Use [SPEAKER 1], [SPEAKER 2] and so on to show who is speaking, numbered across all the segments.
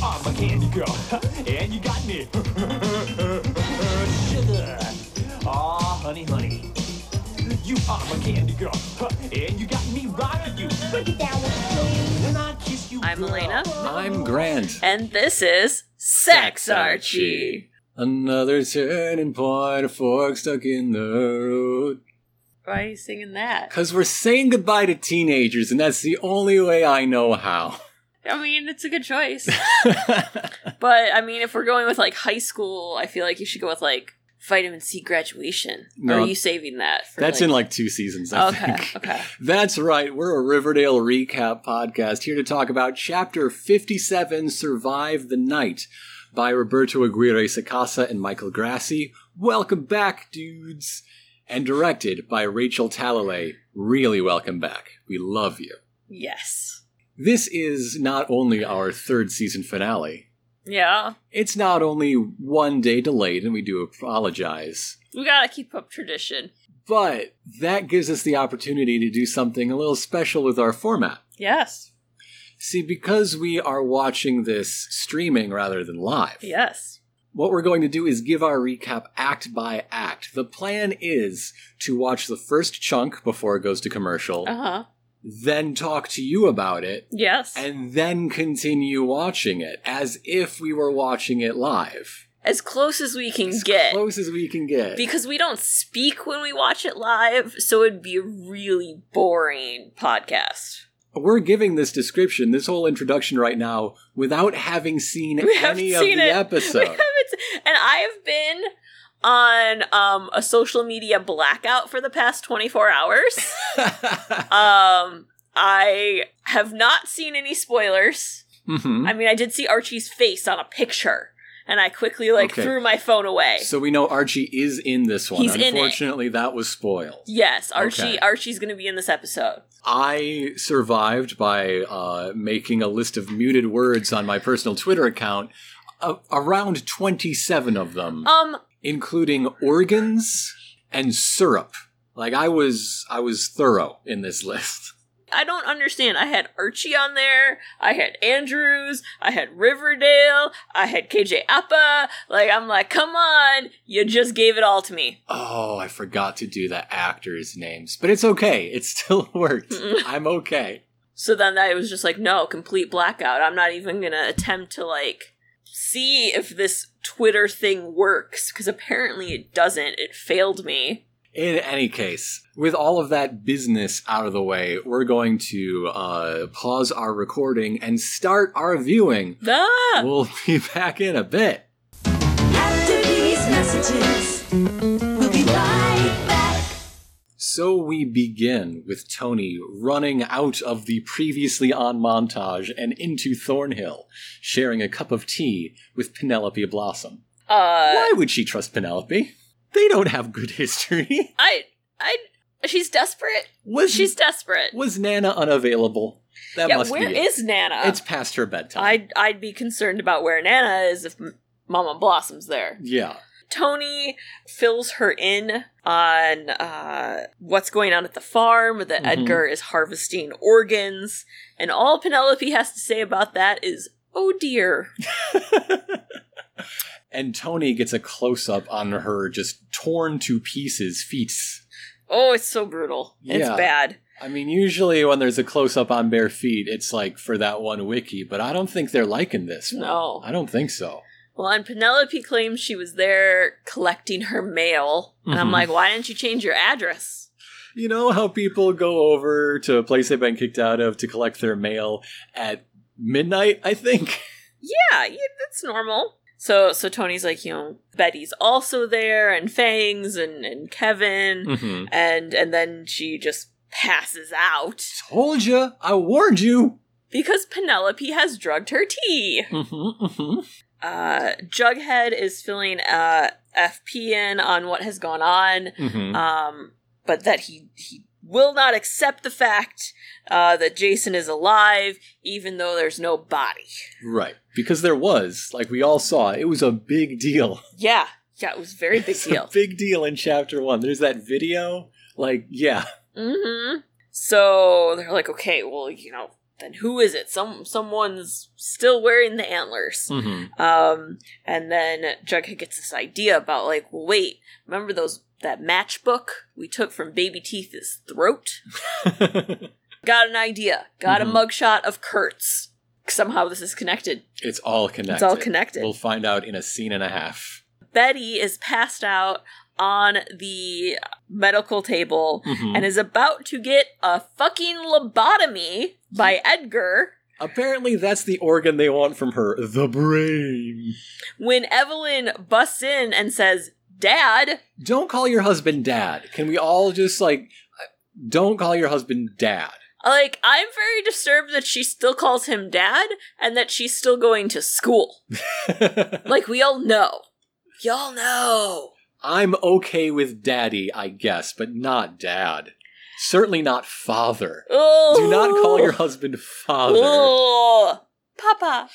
[SPEAKER 1] Ah, candy girl, and you got me. Sugar, aw, honey, honey. You are my candy girl, and you got me rocking you. Break it down with me, and I kiss you.
[SPEAKER 2] I'm
[SPEAKER 1] girl.
[SPEAKER 2] Elena.
[SPEAKER 3] I'm Grant.
[SPEAKER 2] And this is Sex Archie.
[SPEAKER 3] Another turning point, a fork stuck in the road.
[SPEAKER 2] Why are you singing that?
[SPEAKER 3] Because we're saying goodbye to teenagers, and that's the only way I know how.
[SPEAKER 2] I mean, it's a good choice. but I mean, if we're going with like high school, I feel like you should go with like vitamin C graduation.
[SPEAKER 3] No.
[SPEAKER 2] or are you saving that? For,
[SPEAKER 3] That's in like two seasons, I
[SPEAKER 2] Okay,
[SPEAKER 3] think.
[SPEAKER 2] okay.
[SPEAKER 3] That's right. We're a Riverdale recap podcast here to talk about Chapter 57 Survive the Night by Roberto Aguirre Sacasa and Michael Grassi. Welcome back, dudes. And directed by Rachel Talalay. Really welcome back. We love you.
[SPEAKER 2] Yes.
[SPEAKER 3] This is not only our third season finale,
[SPEAKER 2] Yeah.
[SPEAKER 3] it's not only one day delayed, and we do apologize.
[SPEAKER 2] We gotta keep up tradition.
[SPEAKER 3] But that gives us the opportunity to do something a little special with our format.
[SPEAKER 2] Yes.
[SPEAKER 3] See, because we are watching this streaming rather than live,
[SPEAKER 2] Yes.
[SPEAKER 3] what we're going to do is give our recap act by act. The plan is to watch the first chunk before it goes to commercial,
[SPEAKER 2] Uh huh.
[SPEAKER 3] then talk to you about it,
[SPEAKER 2] Yes.
[SPEAKER 3] Uh-huh. and then continue watching it as if we were watching it live.
[SPEAKER 2] as close as we can get.
[SPEAKER 3] Close as we can get.
[SPEAKER 2] because we don't speak when we watch it live, so it'd be a really boring podcast.
[SPEAKER 3] we're giving this description, this whole introduction right now, without having seen
[SPEAKER 2] We haven't
[SPEAKER 3] any
[SPEAKER 2] seen
[SPEAKER 3] of the
[SPEAKER 2] it. We
[SPEAKER 3] episode.
[SPEAKER 2] haven't s- and I have been on um, a social media blackout for the past 24 hours. um, I have not seen any spoilers.
[SPEAKER 3] Mhm.
[SPEAKER 2] I mean, I did see Archie's face on a picture, and I quickly like
[SPEAKER 3] Okay.
[SPEAKER 2] threw my phone away.
[SPEAKER 3] So we know Archie is in this one.
[SPEAKER 2] He's in it.
[SPEAKER 3] Unfortunately, that was spoiled.
[SPEAKER 2] yes, Archie.
[SPEAKER 3] Okay.
[SPEAKER 2] Archie's going to be in this episode.
[SPEAKER 3] I survived by uh, making a list of muted words on my personal Twitter account, uh, around 27 of them,
[SPEAKER 2] Um,
[SPEAKER 3] including organs and syrup. Like I was, I was thorough in this list.
[SPEAKER 2] I don't understand. I had Archie on there. I had Andrews. I had Riverdale. I had KJ Appa. Like, I'm like, come on. You just gave it all to me.
[SPEAKER 3] Oh, I forgot to do the actors' names, but it's okay. It still worked. I'm okay.
[SPEAKER 2] So then I was just like, no, complete blackout. I'm not even going to attempt to, like, see if this Twitter thing works because apparently it doesn't. It failed me.
[SPEAKER 3] In any case, with all of that business out of the way, we're going to uh, pause our recording and start our viewing.
[SPEAKER 2] Ah!
[SPEAKER 3] We'll be back in a bit.
[SPEAKER 4] After these messages, we'll be right back.
[SPEAKER 3] So we begin with Tony running out of the previously on montage and into Thornhill, sharing a cup of tea with Penelope Blossom.
[SPEAKER 2] Uh,
[SPEAKER 3] Why would she trust Penelope? They don't have good history.
[SPEAKER 2] I, I, she's desperate.
[SPEAKER 3] Was
[SPEAKER 2] She's desperate.
[SPEAKER 3] was Nana unavailable? That
[SPEAKER 2] Yeah,
[SPEAKER 3] must
[SPEAKER 2] where
[SPEAKER 3] be
[SPEAKER 2] is uh, Nana?
[SPEAKER 3] It's past her bedtime.
[SPEAKER 2] I'd I'd be concerned about where Nana is if M- Mama Blossom's there.
[SPEAKER 3] yeah.
[SPEAKER 2] Tony fills her in on uh, what's going on at the farm. That
[SPEAKER 3] Mhm.
[SPEAKER 2] Edgar is harvesting organs, and all Penelope has to say about that is, "Oh dear."
[SPEAKER 3] And Tony gets a close up on her just torn to pieces feet.
[SPEAKER 2] Oh, it's so brutal. It's
[SPEAKER 3] Yeah.
[SPEAKER 2] bad.
[SPEAKER 3] I mean, usually when there's a close up on bare feet, it's like for that one wiki, but I don't think they're liking this. one.
[SPEAKER 2] No.
[SPEAKER 3] I don't think so.
[SPEAKER 2] Well, and Penelope claims she was there collecting her mail, and I'm
[SPEAKER 3] Mhm.
[SPEAKER 2] like, why didn't you change your address?
[SPEAKER 3] You know how people go over to a place they've been kicked out of to collect their mail at midnight, I think?
[SPEAKER 2] yeah, yeah, that's normal. So so Tony's like, you know, Betty's also there and Fangs and, and Kevin
[SPEAKER 3] Mm-hmm.
[SPEAKER 2] and and then she just passes out
[SPEAKER 3] Told you. I warned you.
[SPEAKER 2] because Penelope has drugged her tea.
[SPEAKER 3] Mm-hmm, mm-hmm.
[SPEAKER 2] Uh Jughead is filling uh FP in on what has gone on.
[SPEAKER 3] Mm-hmm.
[SPEAKER 2] Um but that he he will not accept the fact uh that Jason is alive even though there's no body.
[SPEAKER 3] Right. Because there was, like we all saw, it was a big deal.
[SPEAKER 2] Yeah. Yeah, it was a very big
[SPEAKER 3] It's a
[SPEAKER 2] deal.
[SPEAKER 3] big deal in chapter one. There's that video. Like, yeah.
[SPEAKER 2] Mm-hmm. So they're like, okay, well, you know, then who is it? Some someone's still wearing the antlers.
[SPEAKER 3] Mm-hmm.
[SPEAKER 2] Um, and then Jughead gets this idea about like, well, wait, remember those that matchbook we took from Baby Teeth's throat? Got an idea. Got
[SPEAKER 3] Mhm.
[SPEAKER 2] a mugshot of Kurtz. Somehow this is connected.
[SPEAKER 3] It's all connected.
[SPEAKER 2] It's all connected.
[SPEAKER 3] We'll find out in a scene and a half.
[SPEAKER 2] Betty is passed out on the medical table
[SPEAKER 3] Mhm.
[SPEAKER 2] and is about to get a fucking lobotomy by Edgar
[SPEAKER 3] Apparently, that's the organ they want from her the brain.
[SPEAKER 2] when Evelyn busts in and says, Dad,
[SPEAKER 3] Don't call your husband dad. Can we all just, like, don't call your husband dad?
[SPEAKER 2] like, I'm very disturbed that she still calls him dad and that she's still going to school. like, we all know. Y'all know.
[SPEAKER 3] I'm okay with daddy, I guess, but not dad. Certainly not father.
[SPEAKER 2] Oh.
[SPEAKER 3] Do not call your husband father.
[SPEAKER 2] Oh, Papa.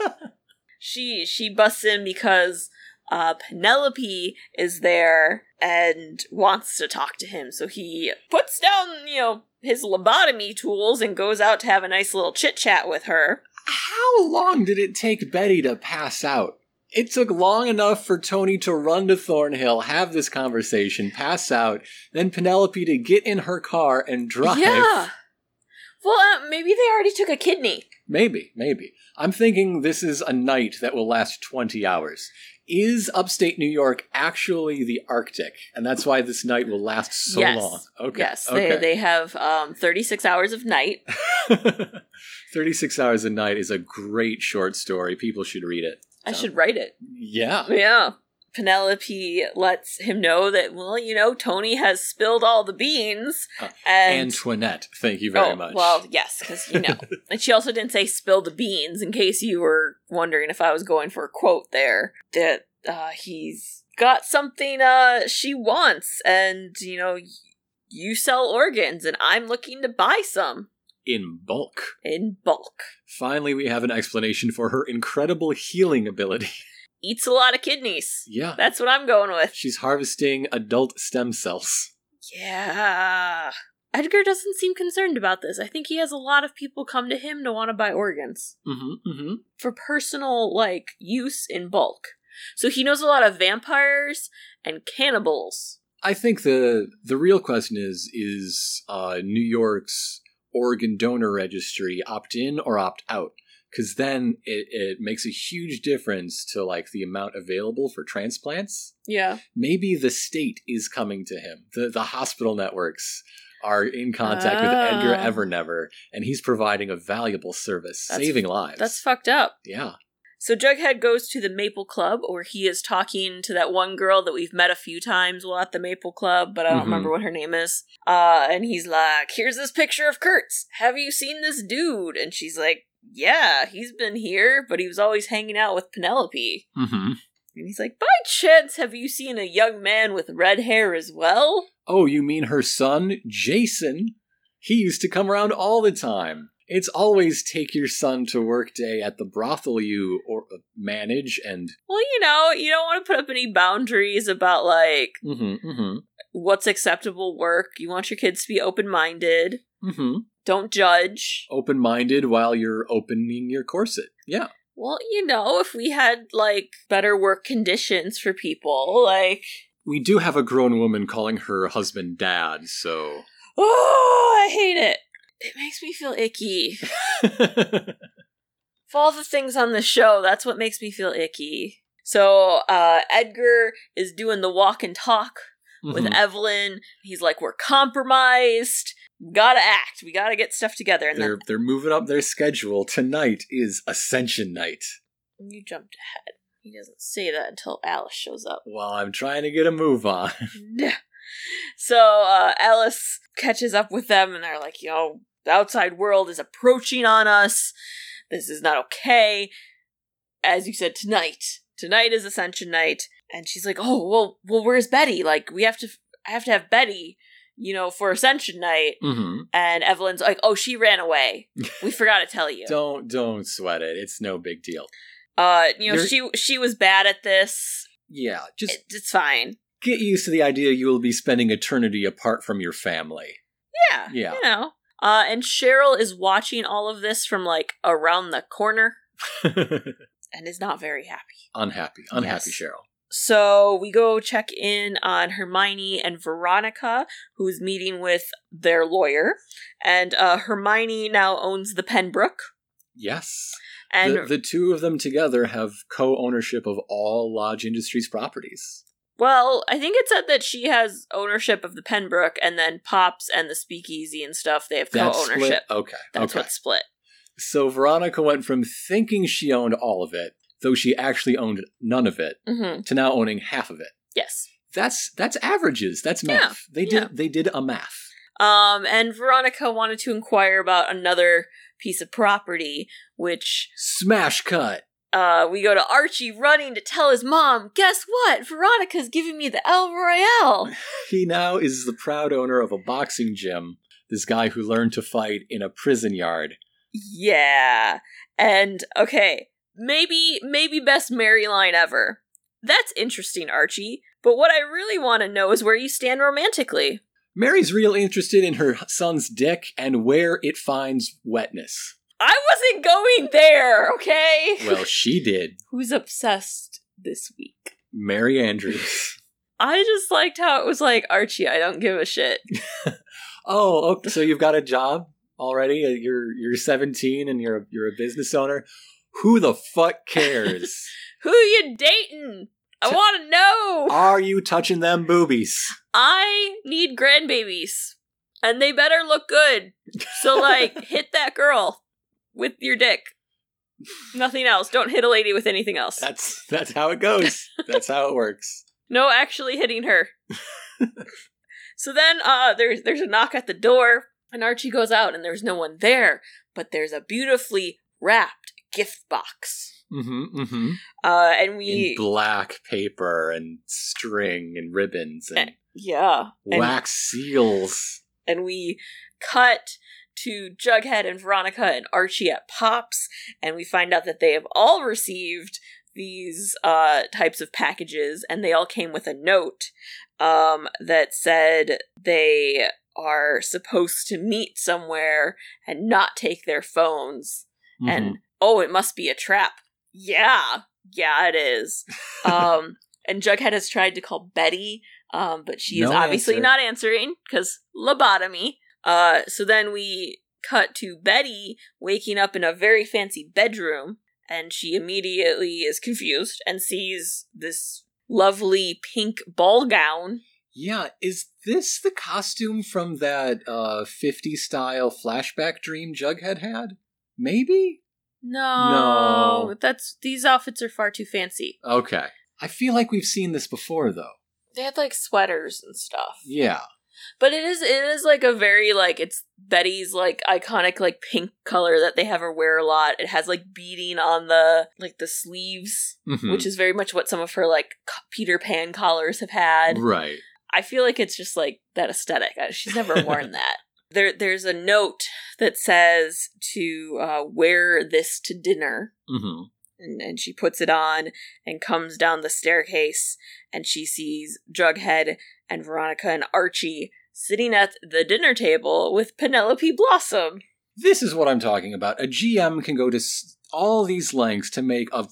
[SPEAKER 2] she she busts in because uh, Penelope is there and wants to talk to him. So he puts down, you know, his lobotomy tools and goes out to have a nice little chit chat with her.
[SPEAKER 3] How long did it take Betty to pass out? It took long enough for Tony to run to Thornhill, have this conversation, pass out, then Penelope to get in her car and drive.
[SPEAKER 2] Yeah. Well, uh, maybe they already took a kidney.
[SPEAKER 3] Maybe, maybe. I'm thinking this is a night that will last 20 hours. Is upstate New York actually the Arctic? And that's why this night will last so
[SPEAKER 2] Yes.
[SPEAKER 3] long. Okay.
[SPEAKER 2] Yes,
[SPEAKER 3] okay.
[SPEAKER 2] they they have um, thirty six hours of night.
[SPEAKER 3] 36 Hours a Night is a great short story. People should read it.
[SPEAKER 2] I
[SPEAKER 3] So-
[SPEAKER 2] should write it.
[SPEAKER 3] Yeah.
[SPEAKER 2] Yeah. Penelope lets him know that, well, you know, Tony has spilled all the beans.
[SPEAKER 3] Uh,
[SPEAKER 2] and
[SPEAKER 3] Antoinette, thank you very
[SPEAKER 2] oh,
[SPEAKER 3] much.
[SPEAKER 2] Well, yes, because, you know. and she also didn't say spill the beans, in case you were wondering if I was going for a quote there, that uh, he's got something uh, she wants. And, you know, y- you sell organs, and I'm looking to buy some
[SPEAKER 3] In bulk.
[SPEAKER 2] in bulk.
[SPEAKER 3] Finally, we have an explanation for her incredible healing ability.
[SPEAKER 2] Eats a lot of kidneys.
[SPEAKER 3] yeah.
[SPEAKER 2] That's what I'm going with.
[SPEAKER 3] She's harvesting adult stem cells.
[SPEAKER 2] Yeah. Edgar doesn't seem concerned about this. I think he has a lot of people come to him to want to buy organs
[SPEAKER 3] Mm-hmm, mm-hmm.
[SPEAKER 2] for personal like use in bulk. So he knows a lot of vampires and cannibals.
[SPEAKER 3] I think the the real question is is uh, New York's organ donor registry opt in or opt out? Because then it, it makes a huge difference to like the amount available for transplants.
[SPEAKER 2] Yeah.
[SPEAKER 3] Maybe the state is coming to him. The the hospital networks are in contact with
[SPEAKER 2] Ah.
[SPEAKER 3] Edgar Evernever, and he's providing a valuable service,
[SPEAKER 2] That's-
[SPEAKER 3] saving lives.
[SPEAKER 2] That's fucked up.
[SPEAKER 3] yeah.
[SPEAKER 2] So Jughead goes to the Maple Club where he is talking to that one girl that we've met a few times while at the Maple Club, but I don't
[SPEAKER 3] Mhm.
[SPEAKER 2] remember what her name is. Uh, and he's like, Here's this picture of Kurtz. Have you seen this dude? And she's like, Yeah, he's been here, but he was always hanging out with Penelope.
[SPEAKER 3] Mm-hmm.
[SPEAKER 2] And he's like, By chance, have you seen a young man with red hair as well?
[SPEAKER 3] Oh, you mean her son, Jason? He used to come around all the time. It's always take your son to work day at the brothel you or uh, manage and
[SPEAKER 2] Well, you know, you don't want to put up any boundaries about like
[SPEAKER 3] mm-hmm, mm-hmm,
[SPEAKER 2] what's acceptable work. You want your kids to be open minded.
[SPEAKER 3] mm-hmm.
[SPEAKER 2] Don't judge.
[SPEAKER 3] open-minded while you're opening your corset. Yeah.
[SPEAKER 2] Well, you know, if we had like better work conditions for people, like
[SPEAKER 3] We do have a grown woman calling her husband dad, so
[SPEAKER 2] oh, I hate it. It makes me feel icky. Of all the things on the show, that's what makes me feel icky. So uh, Edgar is doing the walk and talk with
[SPEAKER 3] Mhm.
[SPEAKER 2] Evelyn. He's like, "We're compromised. Gotta act. We gotta get stuff together." And
[SPEAKER 3] they're they're moving up their schedule. Tonight is Ascension Night.
[SPEAKER 2] then you jumped ahead. He doesn't say that until Alice shows up.
[SPEAKER 3] Well, I'm trying to get a move on.
[SPEAKER 2] so uh, Alice catches up with them, and they're like, "Yo, the outside world is approaching on us. This is not okay." As you said, tonight, tonight is Ascension Night, and she's like, "Oh, well, well, where's Betty? Like, we have to, I have to have Betty." You know, for Ascension Night,
[SPEAKER 3] Mm-hmm.
[SPEAKER 2] and Evelyn's like, "Oh, she ran away. We forgot to tell you."
[SPEAKER 3] Don't don't sweat it. It's no big deal.
[SPEAKER 2] uh, you know,
[SPEAKER 3] You're-
[SPEAKER 2] she she was bad at this.
[SPEAKER 3] Yeah, just
[SPEAKER 2] It, it's fine.
[SPEAKER 3] get used to the idea you will be spending eternity apart from your family.
[SPEAKER 2] Yeah,
[SPEAKER 3] Yeah.
[SPEAKER 2] You know. Uh, and Cheryl is watching all of this from like around the corner and is not very happy.
[SPEAKER 3] unhappy, unhappy
[SPEAKER 2] Yes.
[SPEAKER 3] Cheryl.
[SPEAKER 2] So we go check in on Hermione and Veronica, who's meeting with their lawyer. And uh, Hermione now owns the Penbrook.
[SPEAKER 3] Yes.
[SPEAKER 2] And
[SPEAKER 3] the, the two of them together have co ownership of all Lodge Industries properties.
[SPEAKER 2] well, I think it said that she has ownership of the Penbrook, and then Pops and the Speakeasy and stuff, they have co
[SPEAKER 3] That
[SPEAKER 2] ownership.
[SPEAKER 3] split- Okay.
[SPEAKER 2] That's
[SPEAKER 3] okay.
[SPEAKER 2] what split.
[SPEAKER 3] So Veronica went from thinking she owned all of it, though she actually owned none of it,
[SPEAKER 2] hmm
[SPEAKER 3] to now owning half of it.
[SPEAKER 2] Yes.
[SPEAKER 3] That's that's averages. That's
[SPEAKER 2] Yeah,
[SPEAKER 3] math. They did
[SPEAKER 2] yeah.
[SPEAKER 3] they did a math.
[SPEAKER 2] Um, and Veronica wanted to inquire about another piece of property, which
[SPEAKER 3] Smash cut.
[SPEAKER 2] uh, we go to Archie running to tell his mom, guess what? Veronica's giving me the El Royale.
[SPEAKER 3] He now is the proud owner of a boxing gym. This guy who learned to fight in a prison yard.
[SPEAKER 2] yeah. And okay, maybe maybe best Mary line ever. That's interesting, Archie. But what I really want to know is where you stand romantically.
[SPEAKER 3] Mary's real interested in her son's dick and where it finds wetness.
[SPEAKER 2] I wasn't going there, okay?
[SPEAKER 3] Well, she did.
[SPEAKER 2] Who's obsessed this week?
[SPEAKER 3] Mary Andrews.
[SPEAKER 2] I just liked how it was like, Archie, I don't give a shit.
[SPEAKER 3] Oh, okay. so you've got a job already? Uh, You're you're 17 and you're a- you're a business owner. Who the fuck cares?
[SPEAKER 2] Who you dating? I
[SPEAKER 3] Ta-
[SPEAKER 2] want to know.
[SPEAKER 3] Are you touching them boobies?
[SPEAKER 2] I need grandbabies, and they better look good. So, like, hit that girl with your dick. Nothing else. Don't hit a lady with anything else.
[SPEAKER 3] That's that's how it goes. That's how it works.
[SPEAKER 2] No, actually hitting her. so then, uh, there's there's a knock at the door, and Archie goes out, and there's no one there, but there's a beautifully wrapped gift box.
[SPEAKER 3] Mm-hmm, mm-hmm.
[SPEAKER 2] Uh, and
[SPEAKER 3] In
[SPEAKER 2] we
[SPEAKER 3] black paper and string and ribbons and
[SPEAKER 2] Eh, yeah, and-
[SPEAKER 3] wax seals.
[SPEAKER 2] and we cut to Jughead and Veronica and Archie at Pops, and we find out that they have all received these uh, types of packages, and they all came with a note um, that said they are supposed to meet somewhere and not take their phones,
[SPEAKER 3] Mhm.
[SPEAKER 2] and oh, it must be a trap. Yeah, yeah, it is. Um, and Jughead has tried to call Betty, um, but she is
[SPEAKER 3] No
[SPEAKER 2] obviously
[SPEAKER 3] answer.
[SPEAKER 2] not answering because lobotomy. Uh, so then we cut to Betty waking up in a very fancy bedroom, and she immediately is confused and sees this lovely pink ball gown.
[SPEAKER 3] yeah, is this the costume from that uh 50 style flashback dream Jughead had? Maybe?
[SPEAKER 2] No,
[SPEAKER 3] No.
[SPEAKER 2] that's these outfits are far too fancy.
[SPEAKER 3] Okay. I feel like we've seen this before though.
[SPEAKER 2] They had like sweaters and stuff.
[SPEAKER 3] Yeah.
[SPEAKER 2] But it is it is like a very like it's Betty's like iconic like pink color that they have her wear a lot. It has like beading on the like the sleeves,
[SPEAKER 3] Mhm.
[SPEAKER 2] which is very much what some of her like co- Peter Pan collars have had.
[SPEAKER 3] right.
[SPEAKER 2] I feel like it's just like that aesthetic. I- She's never worn that. There there's a note that says to uh, wear this to dinner.
[SPEAKER 3] hmm
[SPEAKER 2] And, and she puts it on and comes down the staircase and she sees Jughead and Veronica and Archie sitting at the dinner table with Penelope Blossom.
[SPEAKER 3] This is what I'm talking about. A GM can go to s- all these lengths to make a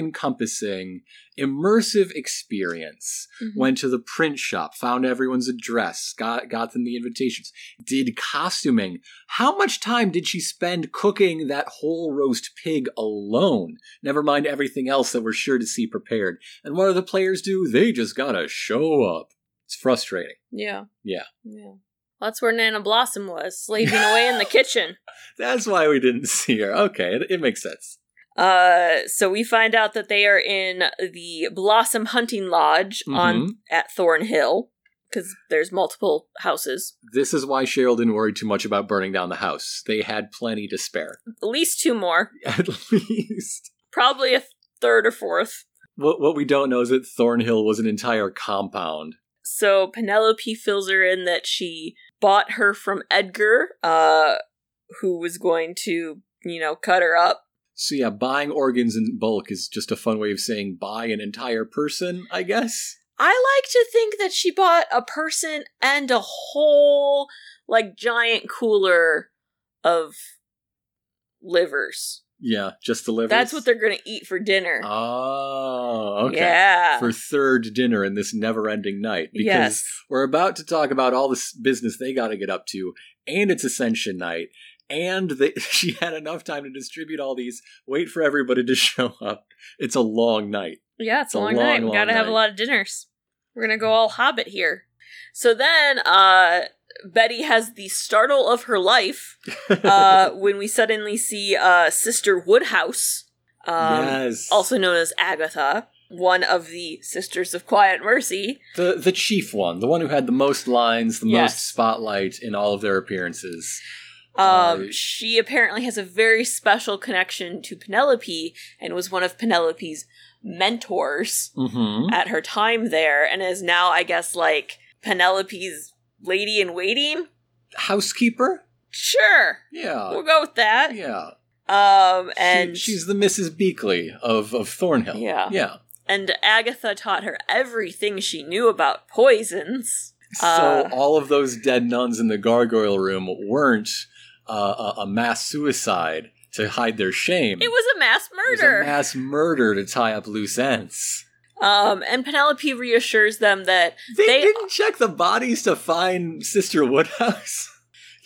[SPEAKER 3] all-encompassing, immersive experience. Went to the print shop, found everyone's address, got got them the invitations, did costuming. How much time did she spend cooking that whole roast pig alone? Never mind everything else that we're sure to see prepared. And what do the players do? They just gotta show up. It's frustrating.
[SPEAKER 2] Yeah.
[SPEAKER 3] Yeah.
[SPEAKER 2] Yeah. That's where Nana Blossom was, slaving away in the kitchen.
[SPEAKER 3] That's why we didn't see her. Okay, it, it makes sense.
[SPEAKER 2] Uh, so we find out that they are in the Blossom Hunting Lodge on at Thornhill because there's multiple houses.
[SPEAKER 3] This is why Cheryl didn't worry too much about burning down the house. They had plenty to spare,
[SPEAKER 2] At least two more,
[SPEAKER 3] at least.
[SPEAKER 2] probably a third or fourth.
[SPEAKER 3] What what we don't know is that Thornhill was an entire compound.
[SPEAKER 2] So Penelope fills her in that she bought her from Edgar, uh, who was going to, you know, cut her up.
[SPEAKER 3] So yeah, buying organs in bulk is just a fun way of saying buy an entire person, I guess.
[SPEAKER 2] I like to think that she bought a person and a whole like giant cooler of livers.
[SPEAKER 3] Yeah, just the livers.
[SPEAKER 2] That's what they're going to eat for dinner.
[SPEAKER 3] Oh, okay.
[SPEAKER 2] Yeah.
[SPEAKER 3] For third dinner in this never-ending night, because
[SPEAKER 2] yes.
[SPEAKER 3] we're about to talk about all this business they got to get up to, and it's Ascension Night, and they, she had enough time to distribute all these. Wait for everybody to show up. It's a long night.
[SPEAKER 2] Yeah, it's,
[SPEAKER 3] It's
[SPEAKER 2] a
[SPEAKER 3] a
[SPEAKER 2] long, night.
[SPEAKER 3] long,
[SPEAKER 2] we gotta
[SPEAKER 3] long
[SPEAKER 2] have a
[SPEAKER 3] night.
[SPEAKER 2] lot of dinners. We're gonna go all hobbit here. So then uh Betty has the startle of her life uh when we suddenly see uh Sister Woodhouse, um
[SPEAKER 3] yes.
[SPEAKER 2] also known as Agatha, one of the Sisters of Quiet Mercy.
[SPEAKER 3] the the chief one, the one who had the most lines, the
[SPEAKER 2] Yes.
[SPEAKER 3] most spotlight in all of their appearances.
[SPEAKER 2] Um
[SPEAKER 3] Uh,
[SPEAKER 2] she apparently has a very special connection to Penelope and was one of Penelope's mentors.
[SPEAKER 3] Mm-hmm.
[SPEAKER 2] at her time there and is now i guess like penelope's lady in waiting
[SPEAKER 3] Housekeeper.
[SPEAKER 2] sure
[SPEAKER 3] Yeah.
[SPEAKER 2] we'll go with that
[SPEAKER 3] Uh, Yeah.
[SPEAKER 2] um and
[SPEAKER 3] She- she's the Mrs. Beakley of of Thornhill.
[SPEAKER 2] Yeah.
[SPEAKER 3] Yeah.
[SPEAKER 2] and agatha taught her everything she knew about poisons Uh,
[SPEAKER 3] so all of those dead nuns in the gargoyle room weren't uh, a, a mass suicide to hide their shame.
[SPEAKER 2] it was a mass
[SPEAKER 3] It was
[SPEAKER 2] murder
[SPEAKER 3] a mass murder to tie up loose ends.
[SPEAKER 2] um and penelope reassures them that
[SPEAKER 3] They,
[SPEAKER 2] They-
[SPEAKER 3] didn't check the bodies to find Sister Woodhouse.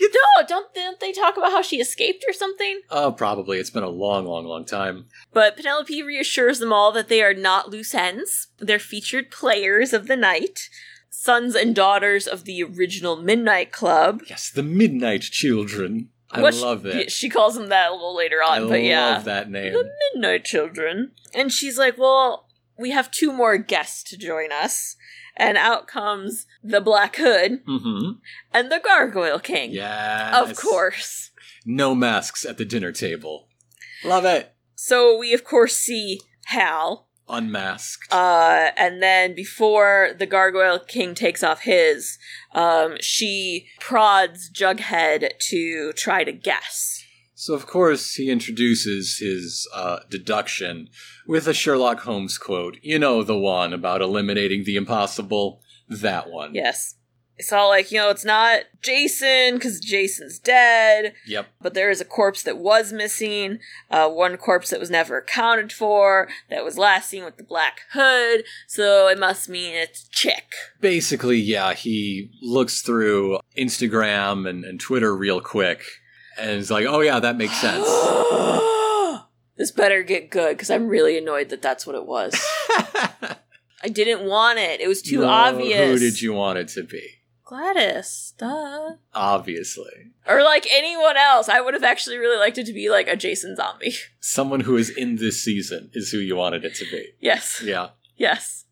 [SPEAKER 2] no don't, don't they talk about how she escaped or something
[SPEAKER 3] Oh, probably. It's been a long, long, long time.
[SPEAKER 2] but penelope reassures them all that they are not loose ends they're featured players of the night sons and daughters of the original midnight club
[SPEAKER 3] Yes, the Midnight Children. I
[SPEAKER 2] What she-
[SPEAKER 3] love it.
[SPEAKER 2] yeah, She calls them that a little later
[SPEAKER 3] I
[SPEAKER 2] on,
[SPEAKER 3] love
[SPEAKER 2] but yeah.
[SPEAKER 3] that name.
[SPEAKER 2] The Midnight Children. And she's like, well, we have two more guests to join us. And out comes the Black Hood
[SPEAKER 3] Mm-hmm.
[SPEAKER 2] and the Gargoyle King.
[SPEAKER 3] Yes.
[SPEAKER 2] Of course.
[SPEAKER 3] No masks at the dinner table. Love it.
[SPEAKER 2] So we, of course, see Hal.
[SPEAKER 3] Unmasked.
[SPEAKER 2] Uh, and then before the Gargoyle King takes off his, um, she prods Jughead to try to guess.
[SPEAKER 3] So, of course, he introduces his uh, deduction with a Sherlock Holmes quote. You know, the one about eliminating the impossible. That one.
[SPEAKER 2] Yes. It's all like, you know, it's not Jason because Jason's dead,
[SPEAKER 3] Yep.
[SPEAKER 2] but there is a corpse that was missing, uh, one corpse that was never accounted for, that was last seen with the black hood, so it must mean it's Chick.
[SPEAKER 3] Basically, yeah, he looks through Instagram and, and Twitter real quick and is like, oh, yeah, that makes sense.
[SPEAKER 2] this better get good because I'm really annoyed that that's what it was. I didn't want it. It was too
[SPEAKER 3] No,
[SPEAKER 2] obvious.
[SPEAKER 3] Who did you want it to be?
[SPEAKER 2] Gladys, duh.
[SPEAKER 3] Obviously.
[SPEAKER 2] Or like anyone else. I would have actually really liked it to be like a Jason zombie.
[SPEAKER 3] Someone who is in this season is who you wanted it to be.
[SPEAKER 2] yes.
[SPEAKER 3] Yeah.
[SPEAKER 2] Yes.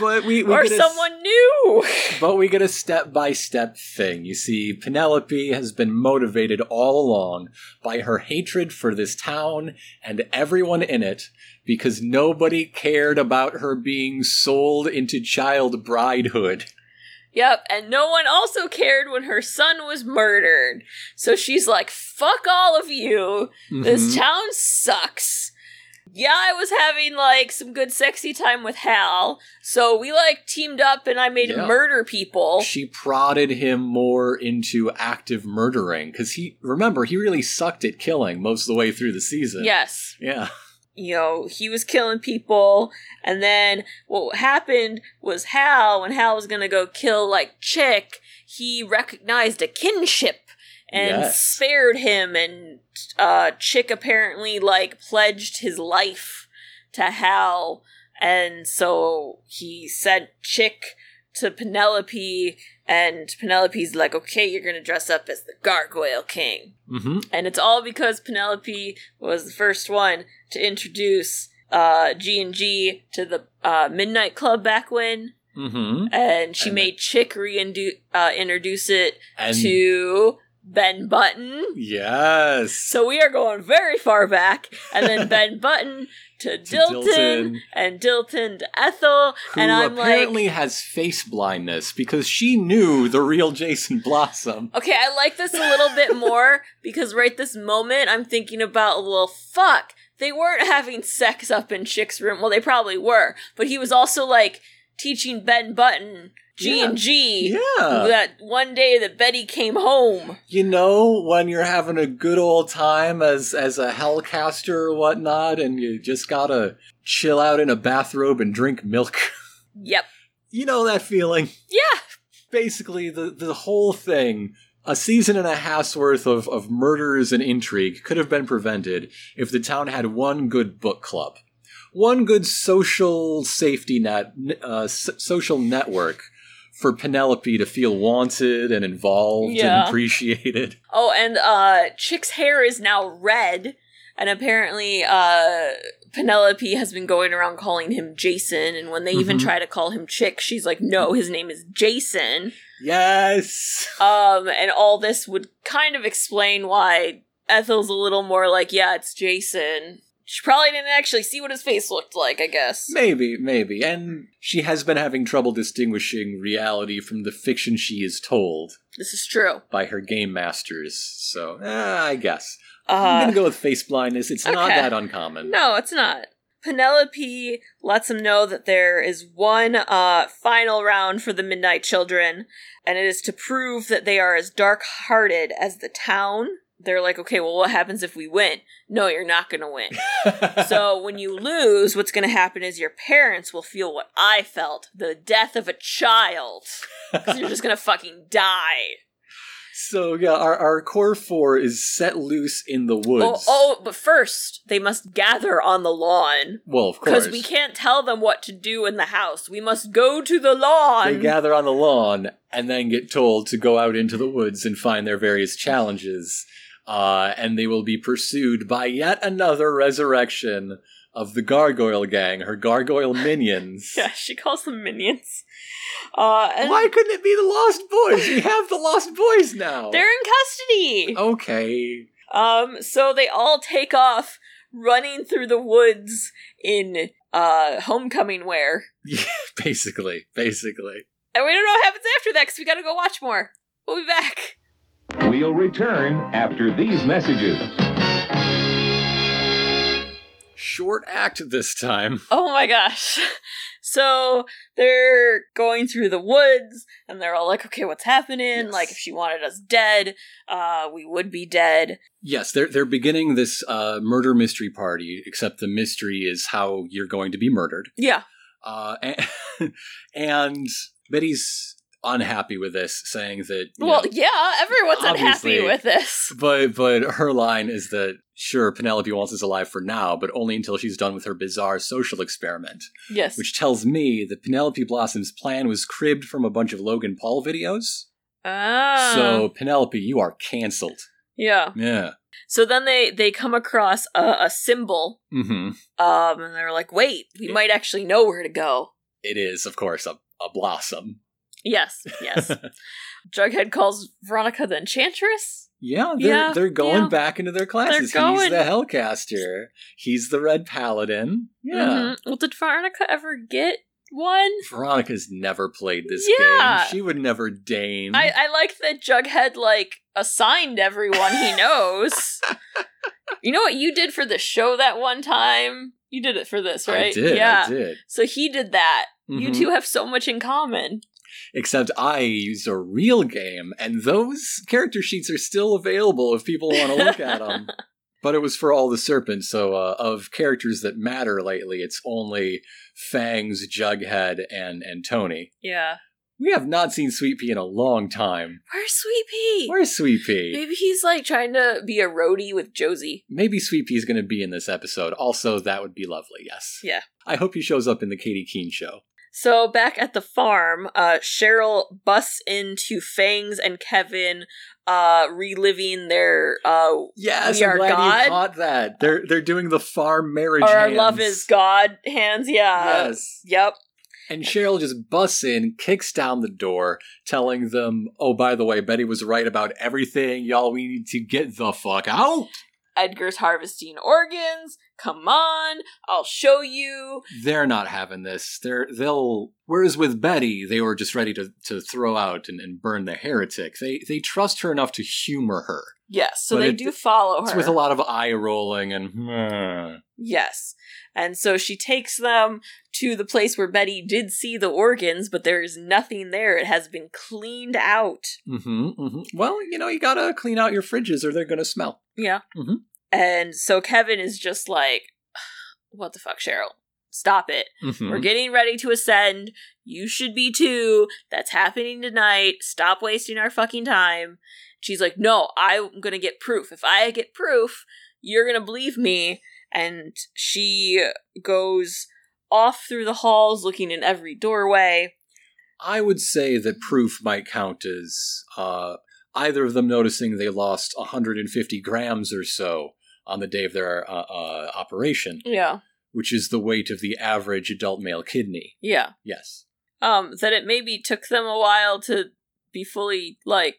[SPEAKER 3] But we, we
[SPEAKER 2] or
[SPEAKER 3] get a s-
[SPEAKER 2] someone new.
[SPEAKER 3] But we get a step by step thing. You see, Penelope has been motivated all along by her hatred for this town and everyone in it because nobody cared about her being sold into child bridehood.
[SPEAKER 2] Yep, and no one also cared when her son was murdered. So she's like, fuck all of you. This
[SPEAKER 3] Mhm.
[SPEAKER 2] town sucks. Yeah, I was having like some good sexy time with Hal. So we like teamed up and I made
[SPEAKER 3] Yeah.
[SPEAKER 2] him murder people.
[SPEAKER 3] she prodded him more into active murdering because he, remember, he really sucked at killing most of the way through the season.
[SPEAKER 2] Yes.
[SPEAKER 3] Yeah.
[SPEAKER 2] you know, he was killing people. And then what happened was Hal, when Hal was going to go kill, like, Chick, he recognized a kinship and
[SPEAKER 3] Yes.
[SPEAKER 2] spared him. And uh, Chick apparently, like, pledged his life to Hal. And so he sent Chick to Penelope. And Penelope's like, okay, you're going to dress up as the Gargoyle King.
[SPEAKER 3] hmm
[SPEAKER 2] And it's all because Penelope was the first one to introduce uh, G&G to the uh, Midnight Club back when.
[SPEAKER 3] hmm
[SPEAKER 2] And she
[SPEAKER 3] And-
[SPEAKER 2] made Chick reindu- uh, introduce it
[SPEAKER 3] And
[SPEAKER 2] to Ben Button.
[SPEAKER 3] yes.
[SPEAKER 2] So we are going very far back. And then Ben Button to,
[SPEAKER 3] To
[SPEAKER 2] Dilton,
[SPEAKER 3] Dilton.
[SPEAKER 2] and Dilton to Ethel.
[SPEAKER 3] who
[SPEAKER 2] And I'm like,
[SPEAKER 3] apparently has face blindness because she knew the real Jason Blossom.
[SPEAKER 2] Okay, I like this a little bit more because right this moment I'm thinking about, well, fuck, they weren't having sex up in Chick's room. Well, they probably were, but he was also like, teaching Ben Button G and G
[SPEAKER 3] Yeah.
[SPEAKER 2] that one day that Betty came home.
[SPEAKER 3] You know, when you're having a good old time as as a hellcaster or whatnot, and you just gotta chill out in a bathrobe and drink milk.
[SPEAKER 2] Yep.
[SPEAKER 3] you know that feeling.
[SPEAKER 2] Yeah.
[SPEAKER 3] Basically, the the whole thing, a season and a half's worth of of murders and intrigue, could have been prevented if the town had one good book club, one good social safety net, uh, s- social network for Penelope to feel wanted and involved
[SPEAKER 2] Yeah.
[SPEAKER 3] and appreciated.
[SPEAKER 2] Oh, and uh Chick's hair is now red, and apparently uh Penelope has been going around calling him Jason, and when they even
[SPEAKER 3] Mhm.
[SPEAKER 2] try to call him Chick, she's like, No, his name is Jason.
[SPEAKER 3] Yes.
[SPEAKER 2] Um, and all this would kind of explain why Ethel's a little more like, yeah, it's Jason. She probably didn't actually see what his face looked like, I guess.
[SPEAKER 3] Maybe, maybe. And she has been having trouble distinguishing reality from the fiction she is told
[SPEAKER 2] This is true.
[SPEAKER 3] by her game masters. So, eh, I guess. I'm going
[SPEAKER 2] Uh,
[SPEAKER 3] to go with face blindness. It's not
[SPEAKER 2] okay.
[SPEAKER 3] that uncommon.
[SPEAKER 2] no, it's not. Penelope lets him know that there is one uh, final round for the Midnight Children, and it is to prove that they are as dark hearted as the town. They're like, okay, well, what happens if we win? No, you're not going to win. so when you lose, what's going to happen is your parents will feel what I felt the death of a child. Because you're just going to fucking die.
[SPEAKER 3] So, yeah, our, our core four is set loose in the
[SPEAKER 2] Oh,
[SPEAKER 3] woods.
[SPEAKER 2] oh, but first, they must gather on the lawn.
[SPEAKER 3] well, of course.
[SPEAKER 2] Because we can't tell them what to do in the house. We must go to the lawn.
[SPEAKER 3] They gather on the lawn and then get told to go out into the woods and find their various challenges. Uh, and they will be pursued by yet another resurrection of the Gargoyle Gang, her Gargoyle minions.
[SPEAKER 2] yeah, she calls them minions. Uh, and
[SPEAKER 3] Why couldn't it be the Lost Boys? We have the Lost Boys now.
[SPEAKER 2] They're in custody.
[SPEAKER 3] okay.
[SPEAKER 2] Um, so they all take off running through the woods in uh, homecoming wear.
[SPEAKER 3] Basically, basically.
[SPEAKER 2] And we don't know what happens after that because we gotta go watch more. We'll be back.
[SPEAKER 5] We'll return after these messages.
[SPEAKER 3] Short act this time.
[SPEAKER 2] Oh my gosh. So they're going through the woods and they're all like, okay, what's happening?
[SPEAKER 3] Yes.
[SPEAKER 2] Like, if she wanted us dead, uh, we would be dead.
[SPEAKER 3] Yes, they're they're beginning this uh, murder mystery party. Except the mystery is how you're going to be murdered.
[SPEAKER 2] Yeah.
[SPEAKER 3] Uh, and, and Betty's unhappy with this, saying that. you
[SPEAKER 2] Well,
[SPEAKER 3] know,
[SPEAKER 2] yeah, everyone's unhappy
[SPEAKER 3] Obviously.
[SPEAKER 2] with this.
[SPEAKER 3] but but her line is that sure Penelope wants us alive for now, but only until she's done with her bizarre social experiment,
[SPEAKER 2] Yes.
[SPEAKER 3] which tells me that Penelope Blossom's plan was cribbed from a bunch of Logan Paul videos.
[SPEAKER 2] ah.
[SPEAKER 3] So Penelope, you are canceled.
[SPEAKER 2] Yeah.
[SPEAKER 3] Yeah.
[SPEAKER 2] So then they they come across a, a symbol,
[SPEAKER 3] Mm-hmm.
[SPEAKER 2] um, and they're like, wait, we might actually know where to go.
[SPEAKER 3] It is, of course, a, a blossom.
[SPEAKER 2] Yes. Yes. Jughead calls Veronica the Enchantress.
[SPEAKER 3] Yeah, they're
[SPEAKER 2] Yeah,
[SPEAKER 3] they're going
[SPEAKER 2] yeah.
[SPEAKER 3] back into their classes. He's
[SPEAKER 2] going-
[SPEAKER 3] the Hellcaster. He's the Red Paladin. Yeah.
[SPEAKER 2] Mhm. Well, did Veronica ever get one?
[SPEAKER 3] Veronica's never played this
[SPEAKER 2] Mm-hmm. Yeah.
[SPEAKER 3] game. She would never deign.
[SPEAKER 2] I, I like that Jughead like assigned everyone he knows. you know what you did for the show that one time? You did it for this,
[SPEAKER 3] I
[SPEAKER 2] right?
[SPEAKER 3] did.
[SPEAKER 2] yeah.
[SPEAKER 3] I did.
[SPEAKER 2] So he did that. You
[SPEAKER 3] Mhm.
[SPEAKER 2] two have so much in common.
[SPEAKER 3] Except I used a real game, and those character sheets are still available if people want to look at them. But it was for all the serpents, so uh, of characters that matter lately, it's only Fangs, Jughead, and and Tony.
[SPEAKER 2] Yeah.
[SPEAKER 3] We have not seen Sweet Pea in a long time.
[SPEAKER 2] Where's Sweet Pea?
[SPEAKER 3] Where's Sweet Pea?
[SPEAKER 2] Maybe he's like trying to be a roadie with Josie.
[SPEAKER 3] Maybe Sweet Pea's going to be in this episode. Also, that would be lovely. Yes.
[SPEAKER 2] Yeah.
[SPEAKER 3] I hope he shows up in the Katie Keene show.
[SPEAKER 2] So back at the farm, uh, Cheryl busts into Fangs and Kevin, uh, reliving their uh,
[SPEAKER 3] Yes,
[SPEAKER 2] We
[SPEAKER 3] I'm
[SPEAKER 2] are
[SPEAKER 3] glad
[SPEAKER 2] God.
[SPEAKER 3] you caught that. They're they're doing the farm marriage.
[SPEAKER 2] Or our
[SPEAKER 3] hands.
[SPEAKER 2] love is God hands, yeah.
[SPEAKER 3] Yes,
[SPEAKER 2] Yep.
[SPEAKER 3] and Cheryl just busts in, kicks down the door, telling them, "Oh, by the way, Betty was right about everything, y'all. We need to get the fuck out."
[SPEAKER 2] Edgar's harvesting organs. Come on, I'll show you.
[SPEAKER 3] They're not having this. They're they'll. Whereas with Betty, they were just ready to to throw out and, and burn the heretic. They they trust her enough to humor her.
[SPEAKER 2] Yes, so
[SPEAKER 3] But
[SPEAKER 2] they
[SPEAKER 3] it-
[SPEAKER 2] do follow her.
[SPEAKER 3] It's with a lot of eye rolling and. "Hmm."
[SPEAKER 2] Yes. And so she takes them to the place where Betty did see the organs, but there is nothing there. It has been cleaned out.
[SPEAKER 3] hmm hmm Well, you know, you gotta clean out your fridges or they're gonna smell.
[SPEAKER 2] Yeah.
[SPEAKER 3] Mhm.
[SPEAKER 2] And so Kevin is just like, what the fuck, Cheryl? Stop it.
[SPEAKER 3] Mm-hmm.
[SPEAKER 2] We're getting ready to ascend. You should be too. That's happening tonight. Stop wasting our fucking time. She's like, No, I'm going to get proof. If I get proof, you're going to believe me. And she goes off through the halls, looking in every doorway.
[SPEAKER 3] I would say that proof might count as uh, either of them noticing they lost 150 grams or so on the day of their uh, uh, operation,
[SPEAKER 2] Yeah.
[SPEAKER 3] which is the weight of the average adult male kidney.
[SPEAKER 2] Yeah.
[SPEAKER 3] Yes.
[SPEAKER 2] Um, that it maybe took them a while to be fully, like,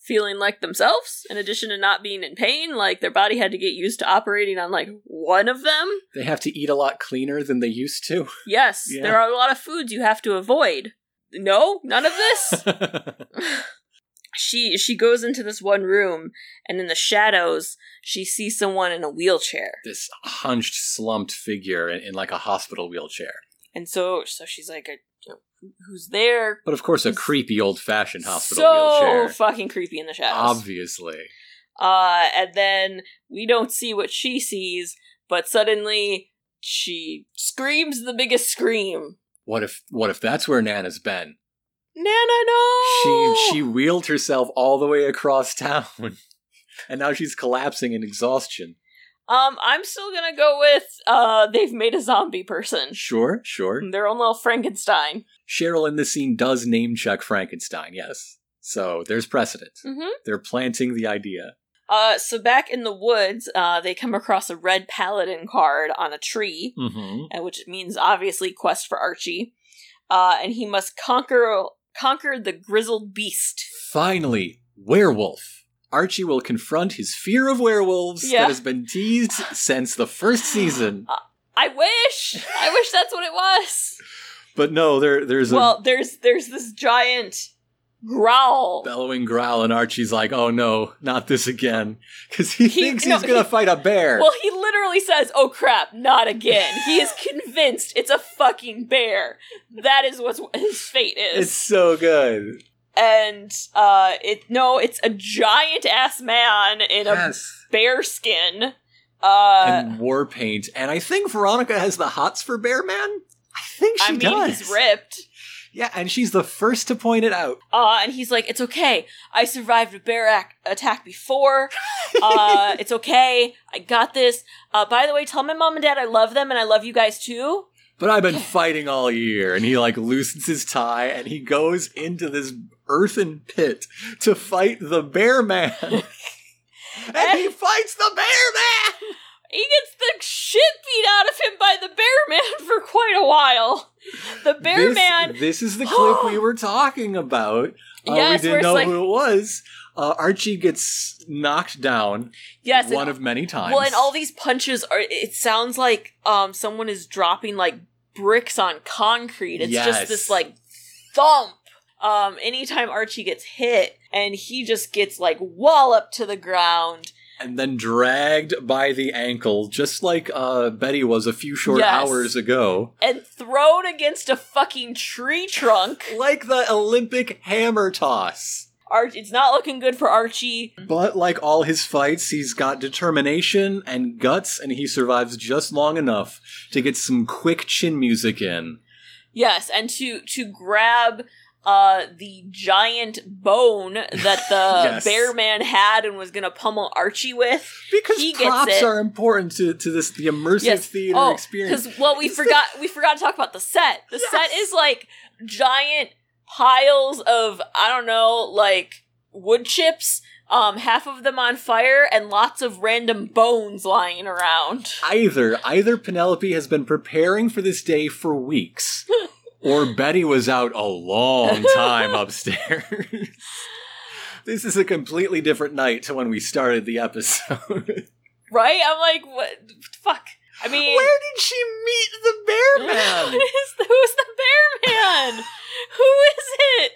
[SPEAKER 2] feeling like themselves, in addition to not being in pain. Like, their body had to get used to operating on, like, one of them.
[SPEAKER 3] They have to eat a lot cleaner than they used to.
[SPEAKER 2] Yes,
[SPEAKER 3] Yeah.
[SPEAKER 2] there are a lot of foods you have to avoid. No, none of this. she she goes into this one room and in the shadows she sees someone in a wheelchair.
[SPEAKER 3] this hunched, slumped figure in, in like a hospital wheelchair.
[SPEAKER 2] And so so she's like "Uh, who- who's there?
[SPEAKER 3] But of course, a creepy old fashioned hospital
[SPEAKER 2] so
[SPEAKER 3] wheelchair.
[SPEAKER 2] fucking creepy in the shadows.
[SPEAKER 3] Obviously.
[SPEAKER 2] uh and then we don't see what she sees, but suddenly she screams the biggest scream.
[SPEAKER 3] What if what if that's where Nana's been?
[SPEAKER 2] Nana no.
[SPEAKER 3] She she wheeled herself all the way across town. And now she's collapsing in exhaustion.
[SPEAKER 2] Um, I'm still gonna go with uh they've made a zombie person.
[SPEAKER 3] Sure, sure.
[SPEAKER 2] Their own little Frankenstein.
[SPEAKER 3] Cheryl in this scene does name check Frankenstein, yes. So there's precedent.
[SPEAKER 2] Mm-hmm.
[SPEAKER 3] They're planting the idea.
[SPEAKER 2] Uh so back in the woods, uh they come across a red paladin card on a tree,
[SPEAKER 3] Mm-hmm.
[SPEAKER 2] uh, which means obviously quest for Archie. Uh and he must conquer conquer the grizzled beast.
[SPEAKER 3] Finally, werewolf. Archie will confront his fear of werewolves
[SPEAKER 2] Yeah.
[SPEAKER 3] that has been teased since the first season.
[SPEAKER 2] I wish. I wish that's what it was.
[SPEAKER 3] But no, there there's a
[SPEAKER 2] well, there's there's this giant growl.
[SPEAKER 3] bellowing growl, and Archie's like, "Oh no, not this again!" Because he,
[SPEAKER 2] He-
[SPEAKER 3] thinks
[SPEAKER 2] no,
[SPEAKER 3] he's gonna
[SPEAKER 2] he-
[SPEAKER 3] fight a bear.
[SPEAKER 2] Well, he literally says, "Oh crap, not again." He is convinced it's a fucking bear. That is what his fate is.
[SPEAKER 3] it's so good.
[SPEAKER 2] and uh it no, it's a giant ass man in a bear skin. Uh
[SPEAKER 3] and war paint, and I think Veronica has the hots for Bear Man. I think she
[SPEAKER 2] I mean,
[SPEAKER 3] does.
[SPEAKER 2] he's ripped.
[SPEAKER 3] Yeah, and she's the first to point it out.
[SPEAKER 2] Uh, and he's like, "It's okay. I survived a bear ac- attack before. Uh, it's okay. I got this. Uh, by the way, tell my mom and dad I love them and I love you guys too."
[SPEAKER 3] But I've been fighting all year, and he like loosens his tie, and he goes into this earthen pit to fight the Bear Man. And he fights the bear man!
[SPEAKER 2] He gets the shit beat out of him by the bear man for quite a while. The bear
[SPEAKER 3] this,
[SPEAKER 2] man,
[SPEAKER 3] This is the clip we were talking about. Uh,
[SPEAKER 2] Yes,
[SPEAKER 3] we
[SPEAKER 2] where
[SPEAKER 3] didn't
[SPEAKER 2] it's
[SPEAKER 3] know
[SPEAKER 2] like-
[SPEAKER 3] who it was. Uh, Archie gets knocked down
[SPEAKER 2] yes, and-
[SPEAKER 3] one of many times.
[SPEAKER 2] well, and all these punches are. It sounds like um someone is dropping like bricks on concrete. It's just
[SPEAKER 3] Yes.
[SPEAKER 2] this like thump. Um, anytime Archie gets hit, and he just gets like walloped to the ground.
[SPEAKER 3] and then dragged by the ankle, just like uh, Betty was a few short
[SPEAKER 2] Yes.
[SPEAKER 3] hours ago.
[SPEAKER 2] And thrown against a fucking tree trunk.
[SPEAKER 3] Like the Olympic hammer toss.
[SPEAKER 2] Arch, it's not looking good for Archie.
[SPEAKER 3] But like all his fights, he's got determination and guts, and he survives just long enough to get some quick chin music in.
[SPEAKER 2] Yes, and to to grab uh the giant bone that the
[SPEAKER 3] Yes.
[SPEAKER 2] bear man had and was gonna pummel Archie with.
[SPEAKER 3] because
[SPEAKER 2] He gets
[SPEAKER 3] props
[SPEAKER 2] it.
[SPEAKER 3] are important to, to this the immersive theater experience.
[SPEAKER 2] Because Oh, well we
[SPEAKER 3] It's the-
[SPEAKER 2] forgot we forgot to talk about the set. The
[SPEAKER 3] Yes.
[SPEAKER 2] set is like giant piles of I don't know, like wood chips, um, half of them on fire, and lots of random bones lying around.
[SPEAKER 3] Either either Penelope has been preparing for this day for weeks, or Betty was out a long time upstairs. this is a completely different night to when we started the episode.
[SPEAKER 2] Right? I'm like, what fuck. I mean
[SPEAKER 3] Where did she meet the bear
[SPEAKER 2] Who
[SPEAKER 3] man?
[SPEAKER 2] is the, who's the bear man? Who is it?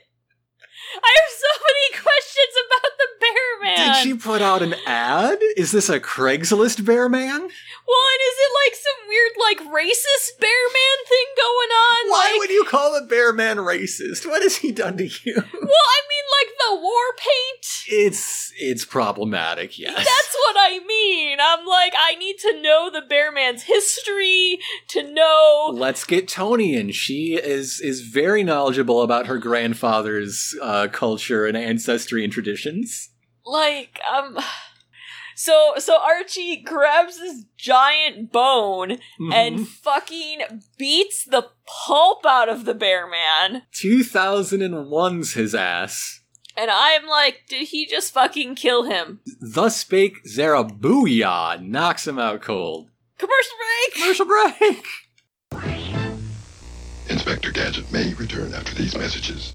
[SPEAKER 2] I have so many questions about the bear man.
[SPEAKER 3] Did she put out an ad? Is this a Craigslist bear man?
[SPEAKER 2] Well, and is it like some weird, like racist bear man thing going on?
[SPEAKER 3] Why
[SPEAKER 2] like,
[SPEAKER 3] would you call a bear man racist? What has he done to you?
[SPEAKER 2] Well, I mean, like the war paint.
[SPEAKER 3] It's it's problematic, yes.
[SPEAKER 2] That's what I mean. I'm like, I need to know the bear man's history to know.
[SPEAKER 3] Let's get Tony in. She is is very knowledgeable about her grandfather's uh, culture and ancestry and traditions.
[SPEAKER 2] Like, um. So, so Archie grabs this giant bone
[SPEAKER 3] Mm-hmm.
[SPEAKER 2] and fucking beats the pulp out of the bear man.
[SPEAKER 3] 2001's his ass.
[SPEAKER 2] And I'm like, did he just fucking kill him?
[SPEAKER 3] Thus spake Zarabuya knocks him out cold.
[SPEAKER 2] Commercial break!
[SPEAKER 3] Commercial break.
[SPEAKER 6] Inspector Gadget may return after these messages.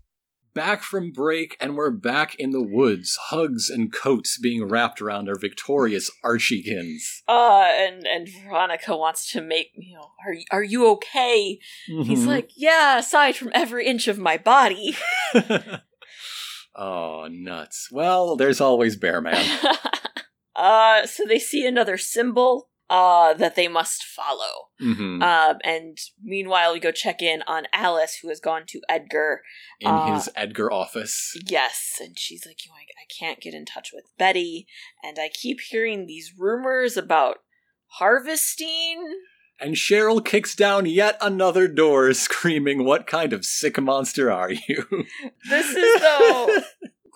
[SPEAKER 3] Back from break, and we're back in the woods, hugs and coats being wrapped around our victorious Archiekins.
[SPEAKER 2] Uh, and and Veronica wants to make you know, are y- are you okay? He's
[SPEAKER 3] Mhm.
[SPEAKER 2] like, yeah, aside from every inch of my body.
[SPEAKER 3] oh, nuts. Well, there's always Bear Man.
[SPEAKER 2] uh, so they see another symbol. Uh, that they must follow.
[SPEAKER 3] hmm
[SPEAKER 2] Um, and meanwhile, we go check in on Alice, who has gone to Edgar.
[SPEAKER 3] in
[SPEAKER 2] uh,
[SPEAKER 3] his Edgar office.
[SPEAKER 2] Yes, and she's like, you know, I, I can't get in touch with Betty, and I keep hearing these rumors about harvesting.
[SPEAKER 3] And Cheryl kicks down yet another door, screaming, What kind of sick monster are you?
[SPEAKER 2] This is though.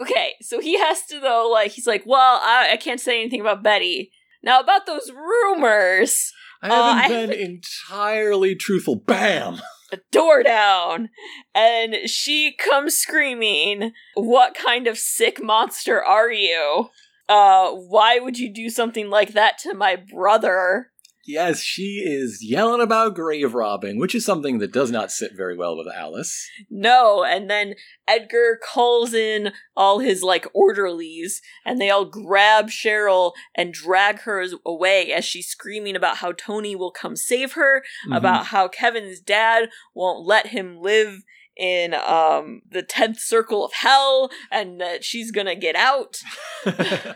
[SPEAKER 2] okay, so he has to though. Like he's like, well, I, I can't say anything about Betty now. About those rumors,
[SPEAKER 3] I
[SPEAKER 2] Uh,
[SPEAKER 3] haven't
[SPEAKER 2] I-
[SPEAKER 3] been entirely truthful. Bam!
[SPEAKER 2] a door down, and she comes screaming, "What kind of sick monster are you? Uh, why would you do something like that to my brother?"
[SPEAKER 3] Yes, she is yelling about grave robbing, which is something that does not sit very well with Alice.
[SPEAKER 2] No, and then Edgar calls in all his like orderlies, and they all grab Cheryl and drag her as- away as she's screaming about how Tony will come save her,
[SPEAKER 3] Mm-hmm.
[SPEAKER 2] about how Kevin's dad won't let him live in um the tenth circle of hell, and that she's gonna get out.
[SPEAKER 3] I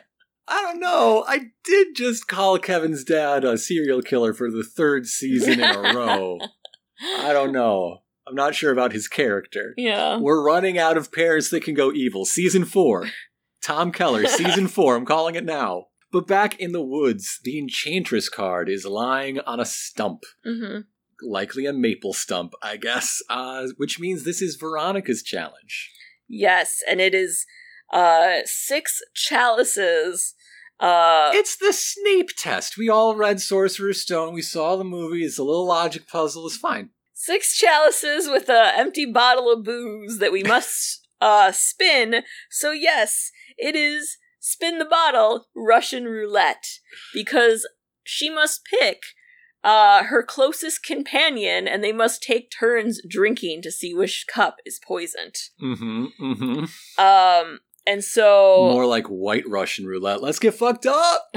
[SPEAKER 3] don't know. I did just call Kevin's dad a serial killer for the third season in a row. I don't know. I'm not sure about his character.
[SPEAKER 2] Yeah.
[SPEAKER 3] We're running out of pairs that can go evil. Season four. Tom Keller, season four. I'm calling it now. But back in the woods, the Enchantress card is lying on a stump.
[SPEAKER 2] Mm-hmm.
[SPEAKER 3] Likely a maple stump, I guess. Uh, which means this is Veronica's challenge.
[SPEAKER 2] Yes, and it is uh six chalices. Uh,
[SPEAKER 3] It's the Snape test. We all read Sorcerer's Stone. We saw the movie. It's a little logic puzzle. It's fine.
[SPEAKER 2] six chalices with a empty bottle of booze that we must uh spin so yes it is spin the bottle russian roulette because she must pick uh her closest companion and they must take turns drinking to see which cup is poisoned
[SPEAKER 3] Mm-hmm. Mm-hmm.
[SPEAKER 2] um and so
[SPEAKER 3] More like White Russian roulette. Let's get fucked up.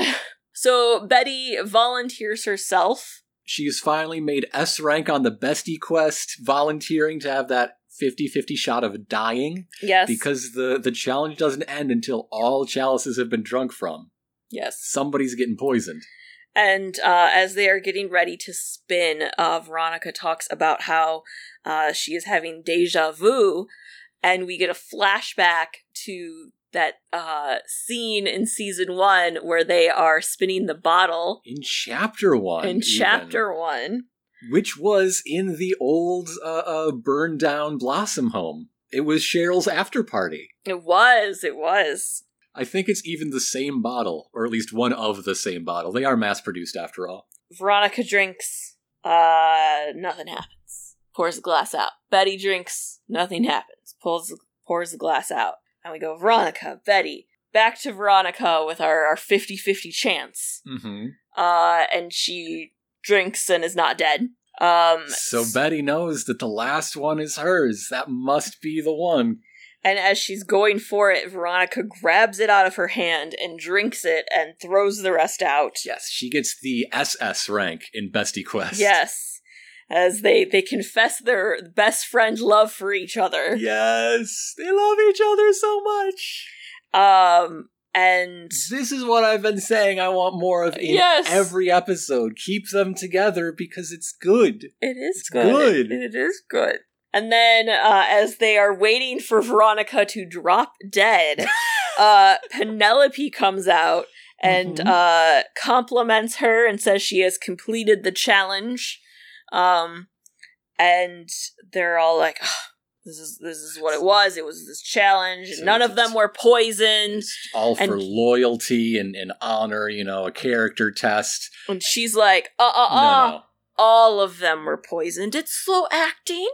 [SPEAKER 2] so betty volunteers herself
[SPEAKER 3] She's finally made S rank on the bestie quest, volunteering to have that 50-50 shot of dying
[SPEAKER 2] yes
[SPEAKER 3] because the the challenge doesn't end until all chalices have been drunk from.
[SPEAKER 2] yes
[SPEAKER 3] Somebody's getting poisoned.
[SPEAKER 2] And uh, as they are getting ready to spin, uh, Veronica talks about how uh, she is having deja vu, and we get a flashback to that uh, scene in season one where they are spinning the bottle
[SPEAKER 3] In chapter one.
[SPEAKER 2] in
[SPEAKER 3] even.
[SPEAKER 2] chapter one.
[SPEAKER 3] which was in the old uh, uh, burned down Blossom home. It was Cheryl's after party.
[SPEAKER 2] It was, it was.
[SPEAKER 3] I think it's even the same bottle, or at least one of the same bottle. They are mass produced after all.
[SPEAKER 2] Veronica drinks, uh, nothing happens. Pours the glass out. Betty drinks, nothing happens. Pulls, pours the glass out. And we go, Veronica, Betty, back to Veronica with our, our 50 50 chance.
[SPEAKER 3] Mm-hmm.
[SPEAKER 2] Uh, and she drinks and is not dead. Um,
[SPEAKER 3] So Betty knows that the last one is hers. That must be the one.
[SPEAKER 2] and as she's going for it, Veronica grabs it out of her hand and drinks it and throws the rest out.
[SPEAKER 3] Yes, she gets the SS rank in Bestie Quest.
[SPEAKER 2] Yes. As they, they confess their best friend love for each other.
[SPEAKER 3] Yes, they love each other so much.
[SPEAKER 2] Um, and
[SPEAKER 3] This is what I've been saying I want more of in
[SPEAKER 2] Yes.
[SPEAKER 3] every episode. Keep them together because it's good.
[SPEAKER 2] it is
[SPEAKER 3] It's
[SPEAKER 2] good.
[SPEAKER 3] good.
[SPEAKER 2] It is good. And then, uh, as they are waiting for Veronica to drop dead, uh, Penelope comes out and
[SPEAKER 3] Mhm.
[SPEAKER 2] uh, compliments her and says she has completed the challenge. Um, and they're all like, "Ah, "This is this is what it was. It was this challenge.
[SPEAKER 3] So
[SPEAKER 2] And none of
[SPEAKER 3] it's-
[SPEAKER 2] them were poisoned."
[SPEAKER 3] All for
[SPEAKER 2] And-
[SPEAKER 3] loyalty and, and honor, you know, a character test.
[SPEAKER 2] And she's like, "Uh, uh,
[SPEAKER 3] No,
[SPEAKER 2] uh,
[SPEAKER 3] no.
[SPEAKER 2] all of them were poisoned. It's slow acting."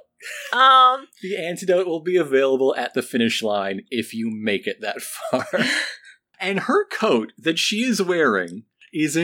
[SPEAKER 2] Um,
[SPEAKER 3] The antidote will be available at the finish line if you make it that far. and her coat that she is wearing is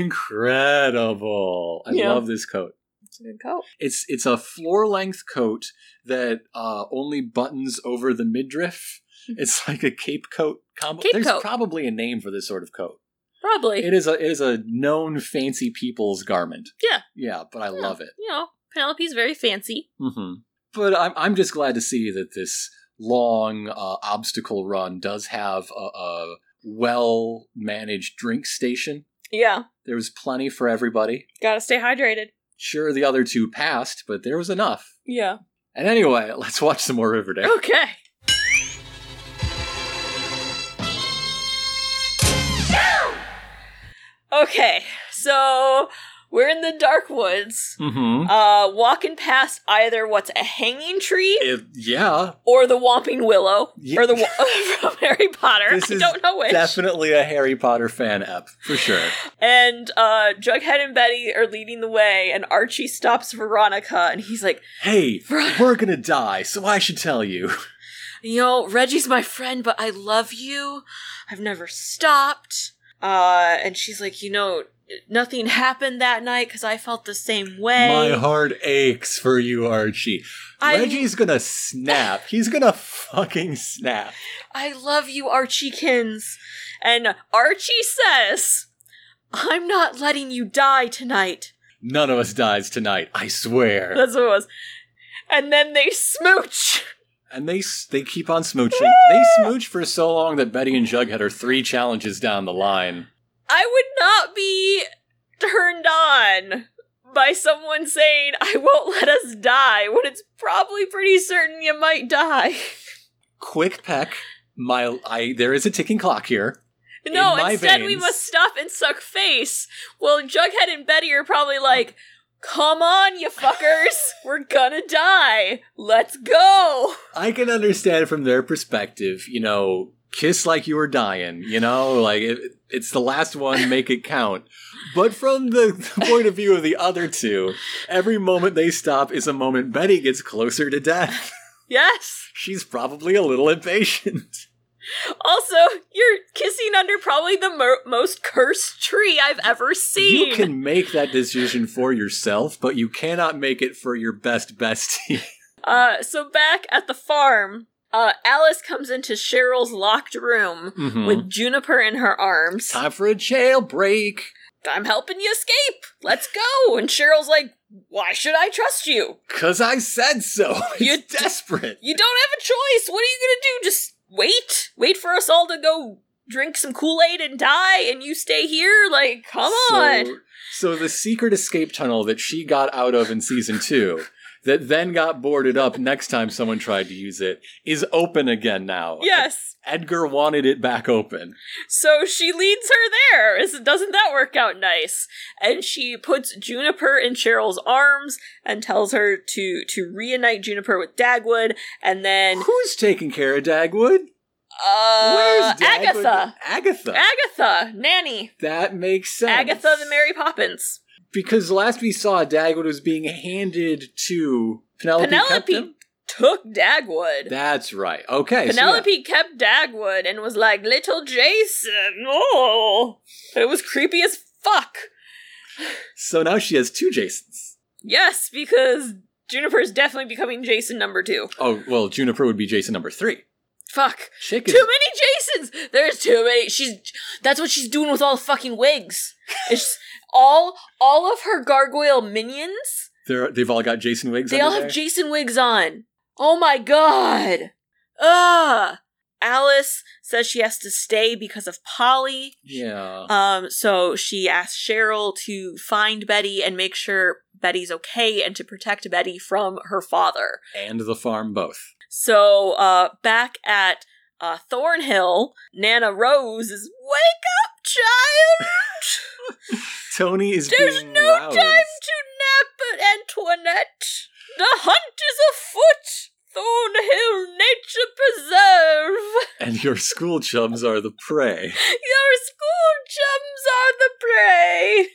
[SPEAKER 3] incredible. I
[SPEAKER 2] Yeah.
[SPEAKER 3] love this coat.
[SPEAKER 2] it's a good coat.
[SPEAKER 3] It's it's a floor length coat that uh, only buttons over the midriff. It's like a cape coat combo.
[SPEAKER 2] Hmm. Cape
[SPEAKER 3] There's
[SPEAKER 2] coat.
[SPEAKER 3] probably a name for this sort of coat.
[SPEAKER 2] Probably.
[SPEAKER 3] It is a it is a known fancy people's garment.
[SPEAKER 2] Yeah.
[SPEAKER 3] yeah, but I
[SPEAKER 2] Yeah.
[SPEAKER 3] love it.
[SPEAKER 2] you know, Penelope's very fancy.
[SPEAKER 3] hmm But I'm I'm just glad to see that this long uh, obstacle run does have a, a well managed drink station.
[SPEAKER 2] Yeah,
[SPEAKER 3] There was plenty for everybody.
[SPEAKER 2] gotta stay hydrated.
[SPEAKER 3] Sure, the other two passed, but there was enough.
[SPEAKER 2] Yeah.
[SPEAKER 3] And anyway, let's watch some more Riverdale.
[SPEAKER 2] Okay. Okay, so we're in the dark woods,
[SPEAKER 3] Mm-hmm.
[SPEAKER 2] uh, walking past either what's a hanging tree
[SPEAKER 3] yeah,
[SPEAKER 2] or the Whomping Willow
[SPEAKER 3] Ye-
[SPEAKER 2] or the wa- from Harry Potter.
[SPEAKER 3] This
[SPEAKER 2] I
[SPEAKER 3] is
[SPEAKER 2] don't know which.
[SPEAKER 3] definitely a Harry Potter fan app for sure.
[SPEAKER 2] And uh, Jughead and Betty are leading the way, and Archie stops Veronica, and he's like,
[SPEAKER 3] Hey,
[SPEAKER 2] Right.
[SPEAKER 3] we're gonna die, so I should tell you.
[SPEAKER 2] you know, Reggie's my friend, but I love you. I've never stopped. Uh, and she's like, you know, nothing happened that night because I felt the same way.
[SPEAKER 3] My heart aches for you, Archie.
[SPEAKER 2] I-
[SPEAKER 3] Reggie's gonna snap. He's gonna fucking snap.
[SPEAKER 2] I love you, Archiekins. And Archie says, I'm not letting you die tonight.
[SPEAKER 3] None of us dies tonight, I swear.
[SPEAKER 2] That's what it was. And then they smooch.
[SPEAKER 3] and they s- they keep on smooching. they smooch for so long that Betty and Jughead are three challenges down the line.
[SPEAKER 2] I would not be turned on by someone saying, I won't let us die, when it's probably pretty certain you might die.
[SPEAKER 3] Quick peck. My I there is a ticking clock here.
[SPEAKER 2] No,
[SPEAKER 3] In my
[SPEAKER 2] instead we
[SPEAKER 3] veins.
[SPEAKER 2] must stop and suck face. Well, Jughead and Betty are probably like, Come on, you fuckers! We're gonna die! Let's go!
[SPEAKER 3] I can understand from their perspective, you know, kiss like you were dying, you know, like it, it's the last one, make it count. But from the, the point of view of the other two, every moment they stop is a moment Betty gets closer to death.
[SPEAKER 2] Yes!
[SPEAKER 3] She's probably a little impatient.
[SPEAKER 2] Also, you're kissing under probably the mo- most cursed tree I've ever seen.
[SPEAKER 3] You can make that decision for yourself, but you cannot make it for your best bestie.
[SPEAKER 2] Uh, so back at the farm, uh, Alice comes into Cheryl's locked room
[SPEAKER 3] Mhm.
[SPEAKER 2] with Juniper in her arms.
[SPEAKER 3] Time for a jailbreak.
[SPEAKER 2] I'm helping you escape. Let's go. And Cheryl's like, "Why should I trust you?
[SPEAKER 3] Cause I said so.
[SPEAKER 2] You
[SPEAKER 3] You're
[SPEAKER 2] d-
[SPEAKER 3] desperate.
[SPEAKER 2] You don't have a choice. What are you gonna do? Just wait. Wait for us all to go drink some Kool Aid and die, and you stay here. Like, come on.
[SPEAKER 3] So, uh, so the secret escape tunnel that she got out of in season two, that then got boarded up next time someone tried to use it, is open again now.
[SPEAKER 2] Yes.
[SPEAKER 3] Edgar wanted it back open.
[SPEAKER 2] So she leads her there. Is- Doesn't that work out nice? And she puts Juniper in Cheryl's arms and tells her to to reunite Juniper with Dagwood, and then
[SPEAKER 3] Who's taking care of Dagwood?
[SPEAKER 2] uh,
[SPEAKER 3] Where's Dagwood?
[SPEAKER 2] Agatha.
[SPEAKER 3] Agatha.
[SPEAKER 2] Agatha, nanny.
[SPEAKER 3] that makes sense.
[SPEAKER 2] Agatha the Mary Poppins.
[SPEAKER 3] Because last we saw, Dagwood was being handed to Penelope.
[SPEAKER 2] Penelope
[SPEAKER 3] Cupton?
[SPEAKER 2] took Dagwood.
[SPEAKER 3] That's right. Okay. so yeah.
[SPEAKER 2] Penelope kept Dagwood and was like, "Little Jason." Oh, it was creepy as fuck.
[SPEAKER 3] so now she has two Jasons.
[SPEAKER 2] Yes, because Juniper is definitely becoming Jason number two.
[SPEAKER 3] Oh, well, Juniper would be Jason number three.
[SPEAKER 2] Fuck.
[SPEAKER 3] Chick
[SPEAKER 2] Too
[SPEAKER 3] is
[SPEAKER 2] many Jasons. There's too many. She's that's what she's doing with all the fucking wigs. It's all all of her gargoyle minions.
[SPEAKER 3] They're, they've all got Jason wigs.
[SPEAKER 2] They
[SPEAKER 3] under
[SPEAKER 2] all have
[SPEAKER 3] there.
[SPEAKER 2] Jason wigs on. Oh my god. Ugh. Alice says she has to stay because of Polly.
[SPEAKER 3] Yeah.
[SPEAKER 2] Um, so she asks Cheryl to find Betty and make sure Betty's okay and to protect Betty from her father.
[SPEAKER 3] and the farm both.
[SPEAKER 2] So uh, back at uh, Thornhill, Nana Rose is wake up, child.
[SPEAKER 3] Tony is
[SPEAKER 2] There's
[SPEAKER 3] being
[SPEAKER 2] no time
[SPEAKER 3] roused.
[SPEAKER 2] to nap, Antoinette. The hunt is afoot. Thornhill Nature Preserve.
[SPEAKER 3] And your school chums are the prey.
[SPEAKER 2] Your school chums are the prey.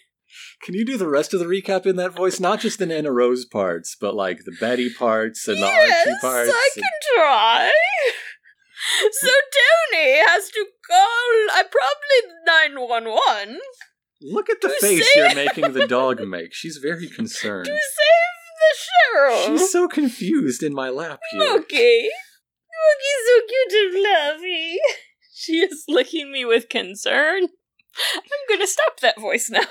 [SPEAKER 3] Can you do the rest of the recap in that voice? Not just the Nana Rose parts, but like the Betty parts and the Archie
[SPEAKER 2] yes,
[SPEAKER 3] parts.
[SPEAKER 2] I
[SPEAKER 3] and-
[SPEAKER 2] can try. So Tony has to call, I probably nine one one
[SPEAKER 3] Look at the
[SPEAKER 2] You
[SPEAKER 3] face
[SPEAKER 2] say-
[SPEAKER 3] you're making the dog make. She's very concerned.
[SPEAKER 2] to save the
[SPEAKER 3] She's
[SPEAKER 2] sheriff.
[SPEAKER 3] so confused in my lap here.
[SPEAKER 2] Mookie, Mookie's so cute and lovey. She is licking me with concern. I'm gonna stop that voice now.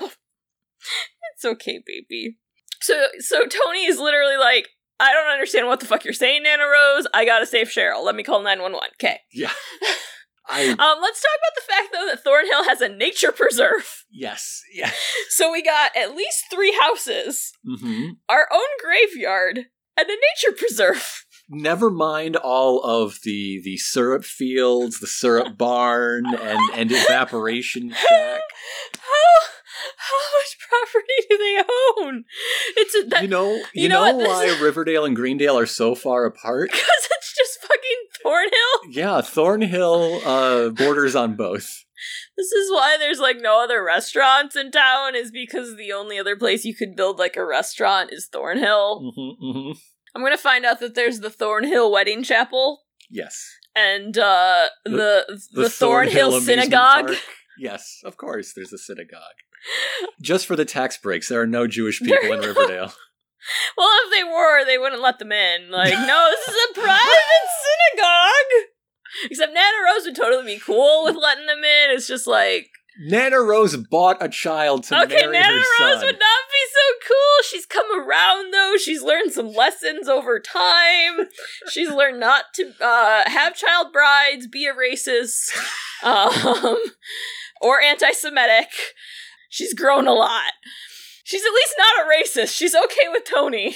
[SPEAKER 2] It's okay, baby. So, so Tony is literally like, I don't understand what the fuck you're saying, Nana Rose. I gotta save Cheryl. Let me call nine one one. Okay.
[SPEAKER 3] Yeah. I
[SPEAKER 2] Um, let's talk about the fact though that Thornhill has a nature preserve.
[SPEAKER 3] yes. Yeah.
[SPEAKER 2] So we got at least three houses,
[SPEAKER 3] hmm
[SPEAKER 2] our own graveyard, and a nature preserve.
[SPEAKER 3] Never mind all of the the syrup fields, the syrup barn, and and evaporation shack.
[SPEAKER 2] How how much property do they own? It's a, that,
[SPEAKER 3] You know, you,
[SPEAKER 2] you know
[SPEAKER 3] know,
[SPEAKER 2] what, this
[SPEAKER 3] why
[SPEAKER 2] is-
[SPEAKER 3] Riverdale and Greendale are so far apart.
[SPEAKER 2] because it's just fucking Thornhill.
[SPEAKER 3] Yeah, Thornhill uh, borders on both.
[SPEAKER 2] This is why there's like no other restaurants in town is because the only other place you could build like a restaurant is Thornhill.
[SPEAKER 3] Mm-hmm, mm-hmm.
[SPEAKER 2] I'm gonna find out that there's the Thornhill Wedding Chapel
[SPEAKER 3] Yes,
[SPEAKER 2] and uh, the, the Thornhill,
[SPEAKER 3] amusement
[SPEAKER 2] Synagogue.
[SPEAKER 3] park. Yes, of course. There's a synagogue. Just for the tax breaks, there are no Jewish people in Riverdale.
[SPEAKER 2] Well, if they were, they wouldn't let them in. Like, no, this is a private synagogue. Except Nana Rose would totally be cool with letting them in. It's just like,
[SPEAKER 3] Nana Rose bought a child to
[SPEAKER 2] okay,
[SPEAKER 3] marry
[SPEAKER 2] Nana
[SPEAKER 3] her
[SPEAKER 2] Rose
[SPEAKER 3] son.
[SPEAKER 2] would not be so cool. She's come around though. She's learned some lessons over time. She's learned not to uh, have child brides, be a racist, um, or anti-Semitic. She's grown a lot. She's at least not a racist. She's okay with Tony.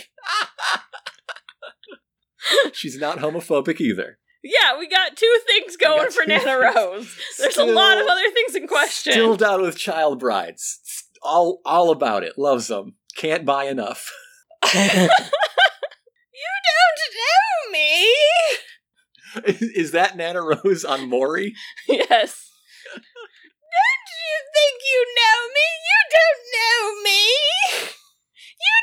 [SPEAKER 3] She's not homophobic either.
[SPEAKER 2] Yeah, we got two things going
[SPEAKER 3] got
[SPEAKER 2] for
[SPEAKER 3] two
[SPEAKER 2] Nana
[SPEAKER 3] things.
[SPEAKER 2] Rose. There's a
[SPEAKER 3] Still-
[SPEAKER 2] lot of other things in question.
[SPEAKER 3] Still down with child brides. All all about it. Loves them. Can't buy enough.
[SPEAKER 2] Don't know me.
[SPEAKER 3] Is that Nana Rose on Maury?
[SPEAKER 2] Yes. Don't you think you know me? You don't know me. You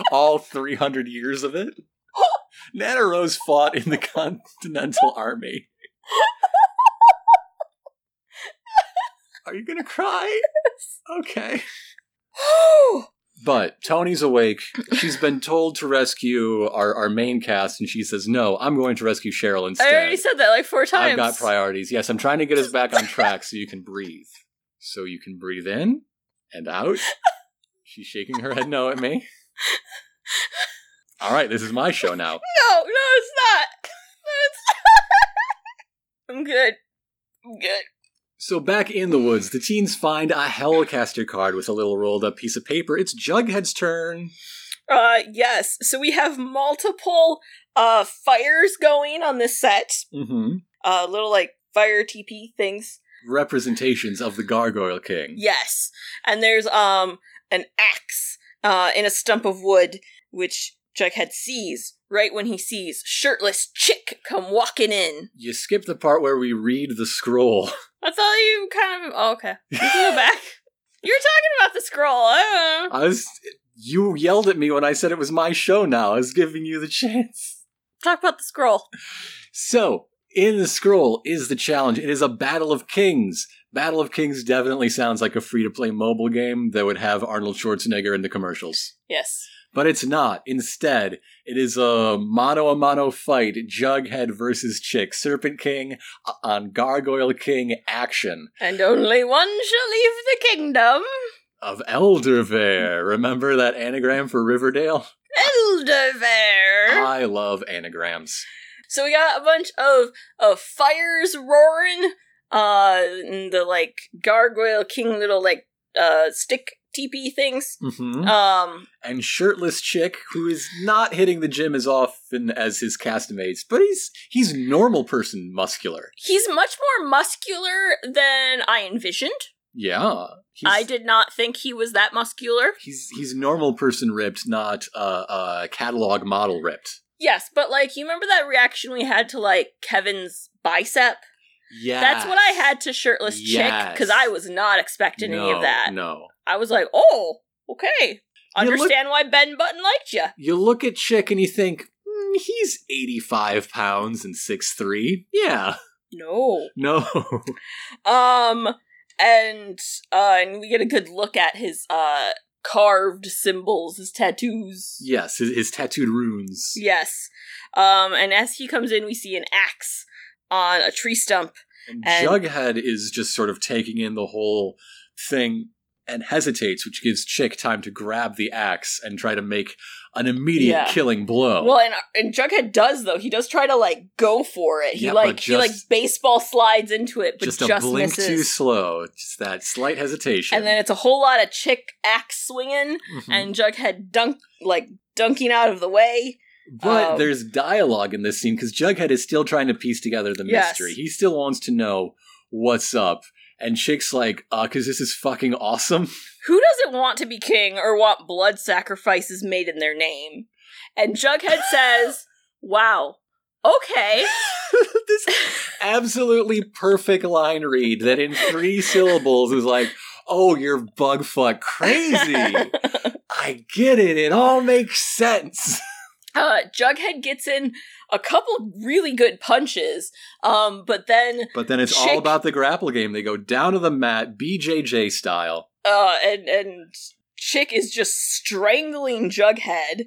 [SPEAKER 2] don't know my life.
[SPEAKER 3] all 300 years of it. Nana Rose fought in the Continental Army. Are you gonna cry? Okay.
[SPEAKER 2] Oh.
[SPEAKER 3] But Tony's awake. She's been told to rescue our, our main cast, and she says, No, I'm going to rescue Cheryl
[SPEAKER 2] I already
[SPEAKER 3] instead.
[SPEAKER 2] said that like four times.
[SPEAKER 3] I've got priorities. Yes, I'm trying to get us back on track so you can breathe. So you can breathe in and out. She's shaking her head no at me. All right, this is my show now.
[SPEAKER 2] No, no, it's not. No, it's not. I'm good. I'm good.
[SPEAKER 3] So back in the woods, the teens find a Hellcaster card with a little rolled up piece of paper. It's Jughead's turn.
[SPEAKER 2] Uh, yes. So we have multiple uh fires going on this set.
[SPEAKER 3] Mm-hmm.
[SPEAKER 2] uh little like fire TP things.
[SPEAKER 3] Representations of the Gargoyle King.
[SPEAKER 2] Yes. And there's um an axe uh in a stump of wood which Jughead sees right when he sees shirtless chick come walking in.
[SPEAKER 3] You skip the part where we read the scroll.
[SPEAKER 2] That's all you kind of oh, okay. You can go back. You're talking about the scroll. I don't know.
[SPEAKER 3] I was. You yelled at me when I said it was my show now. I was giving you the chance.
[SPEAKER 2] Talk about the scroll.
[SPEAKER 3] So, in the scroll is the challenge. It is a Battle of Kings. Battle of Kings definitely sounds like a free to play mobile game that would have Arnold Schwarzenegger in the commercials.
[SPEAKER 2] Yes.
[SPEAKER 3] But it's not. Instead, it is a mano a mano fight Jughead versus Chick, Serpent King on Gargoyle King action
[SPEAKER 2] And only one shall leave the kingdom.
[SPEAKER 3] of Eldervale. Remember that anagram for Riverdale?
[SPEAKER 2] Elderbear.
[SPEAKER 3] I love anagrams.
[SPEAKER 2] So we got a bunch of of fires roaring. Uh, and the like gargoyle king little like uh stick teepee things.
[SPEAKER 3] Mm-hmm.
[SPEAKER 2] Um,
[SPEAKER 3] and shirtless chick who is not hitting the gym as often as his castmates, but he's he's normal person muscular.
[SPEAKER 2] he's much more muscular than I envisioned.
[SPEAKER 3] Yeah, he's,
[SPEAKER 2] I did not think he was that muscular.
[SPEAKER 3] He's he's normal person ripped, not uh, uh catalog model ripped.
[SPEAKER 2] Yes, but like you remember that reaction we had to like Kevin's bicep?
[SPEAKER 3] Yeah,
[SPEAKER 2] That's what I had to shirtless chick
[SPEAKER 3] Yes.
[SPEAKER 2] because I was not expecting any of that.
[SPEAKER 3] No,
[SPEAKER 2] I was like, oh, okay.
[SPEAKER 3] You look-
[SPEAKER 2] Understand why Ben Button liked you.
[SPEAKER 3] you look at chick and you think "Hmm, he's eighty five pounds and six three. Yeah,
[SPEAKER 2] No.
[SPEAKER 3] no,
[SPEAKER 2] Um, and uh, and we get a good look at his uh carved symbols, his tattoos.
[SPEAKER 3] yes, his, his tattooed runes.
[SPEAKER 2] Yes. Um, and as he comes in, we see an axe on a tree stump.
[SPEAKER 3] And
[SPEAKER 2] And-
[SPEAKER 3] Jughead is just sort of taking in the whole thing and hesitates, which gives Chick time to grab the axe and try to make an immediate
[SPEAKER 2] Yeah.
[SPEAKER 3] killing blow.
[SPEAKER 2] Well, and and Jughead does though. He does try to like go for it. He
[SPEAKER 3] Yeah, but
[SPEAKER 2] like he like
[SPEAKER 3] just-
[SPEAKER 2] baseball slides into it, but
[SPEAKER 3] just
[SPEAKER 2] just,
[SPEAKER 3] a blink
[SPEAKER 2] misses.
[SPEAKER 3] too slow, just that slight hesitation.
[SPEAKER 2] and then it's a whole lot of chick axe swinging,
[SPEAKER 3] Mhm.
[SPEAKER 2] and Jughead dunk like dunking out of the way.
[SPEAKER 3] but
[SPEAKER 2] um,
[SPEAKER 3] there's dialogue in this scene because Jughead is still trying to piece together the
[SPEAKER 2] Yes.
[SPEAKER 3] mystery. He still wants to know what's up. And Chick's like, uh, because this is fucking awesome.
[SPEAKER 2] Who doesn't want to be king or want blood sacrifices made in their name? And Jughead says, "Wow, okay."
[SPEAKER 3] this absolutely perfect line read that in three syllables is like, oh, you're bug fuck crazy. I get it. It all makes sense.
[SPEAKER 2] Uh, Jughead gets in a couple really good punches, um, but then
[SPEAKER 3] But then it's all
[SPEAKER 2] Chick-
[SPEAKER 3] about the grapple game. They go down to the mat, BJJ style.
[SPEAKER 2] uh, and and Chick is just strangling Jughead.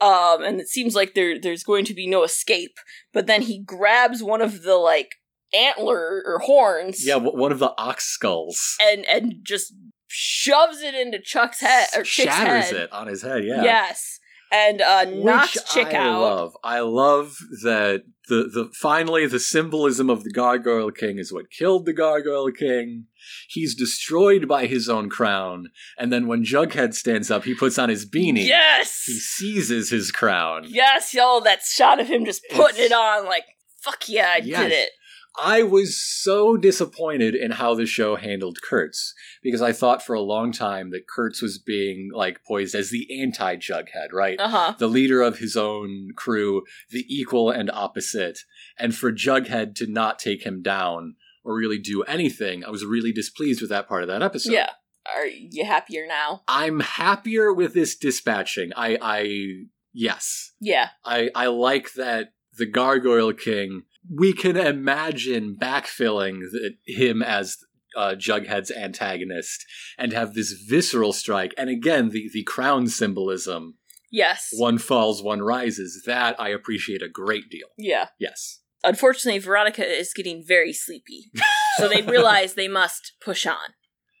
[SPEAKER 2] Um, and it seems like there there's going to be no escape. But then he grabs one of the like antler or horns,
[SPEAKER 3] Yeah, w- one of the ox skulls.
[SPEAKER 2] and and just shoves it into Chuck's head or Chick's
[SPEAKER 3] shatters
[SPEAKER 2] head.
[SPEAKER 3] it on his head. Yeah.
[SPEAKER 2] Yes, and uh, knocks
[SPEAKER 3] Which
[SPEAKER 2] Chick
[SPEAKER 3] I
[SPEAKER 2] out.
[SPEAKER 3] love. I love that the the finally the symbolism of the Gargoyle King is what killed the Gargoyle King. He's destroyed by his own crown, and then when Jughead stands up, he puts on his beanie.
[SPEAKER 2] Yes,
[SPEAKER 3] He seizes his crown.
[SPEAKER 2] yes, y'all. That shot of him just putting
[SPEAKER 3] It's-
[SPEAKER 2] it on, like fuck yeah, I
[SPEAKER 3] Yes.
[SPEAKER 2] did it.
[SPEAKER 3] I was so disappointed in how the show handled Kurtz because I thought for a long time that Kurtz was being like poised as the anti Jughead, right?
[SPEAKER 2] Uh huh.
[SPEAKER 3] the leader of his own crew, the equal and opposite, and for Jughead to not take him down or really do anything, I was really displeased with that part of that episode.
[SPEAKER 2] yeah. Are you happier now?
[SPEAKER 3] I'm happier with this dispatching. I I yes.
[SPEAKER 2] Yeah.
[SPEAKER 3] I I like that the Gargoyle King we can imagine backfilling the, him as uh, Jughead's antagonist and have this visceral strike and again the the crown symbolism
[SPEAKER 2] Yes.
[SPEAKER 3] one falls, one rises. That I appreciate a great deal.
[SPEAKER 2] Yeah.
[SPEAKER 3] Yes.
[SPEAKER 2] Unfortunately, Veronica is getting very sleepy. so they realize they must push on.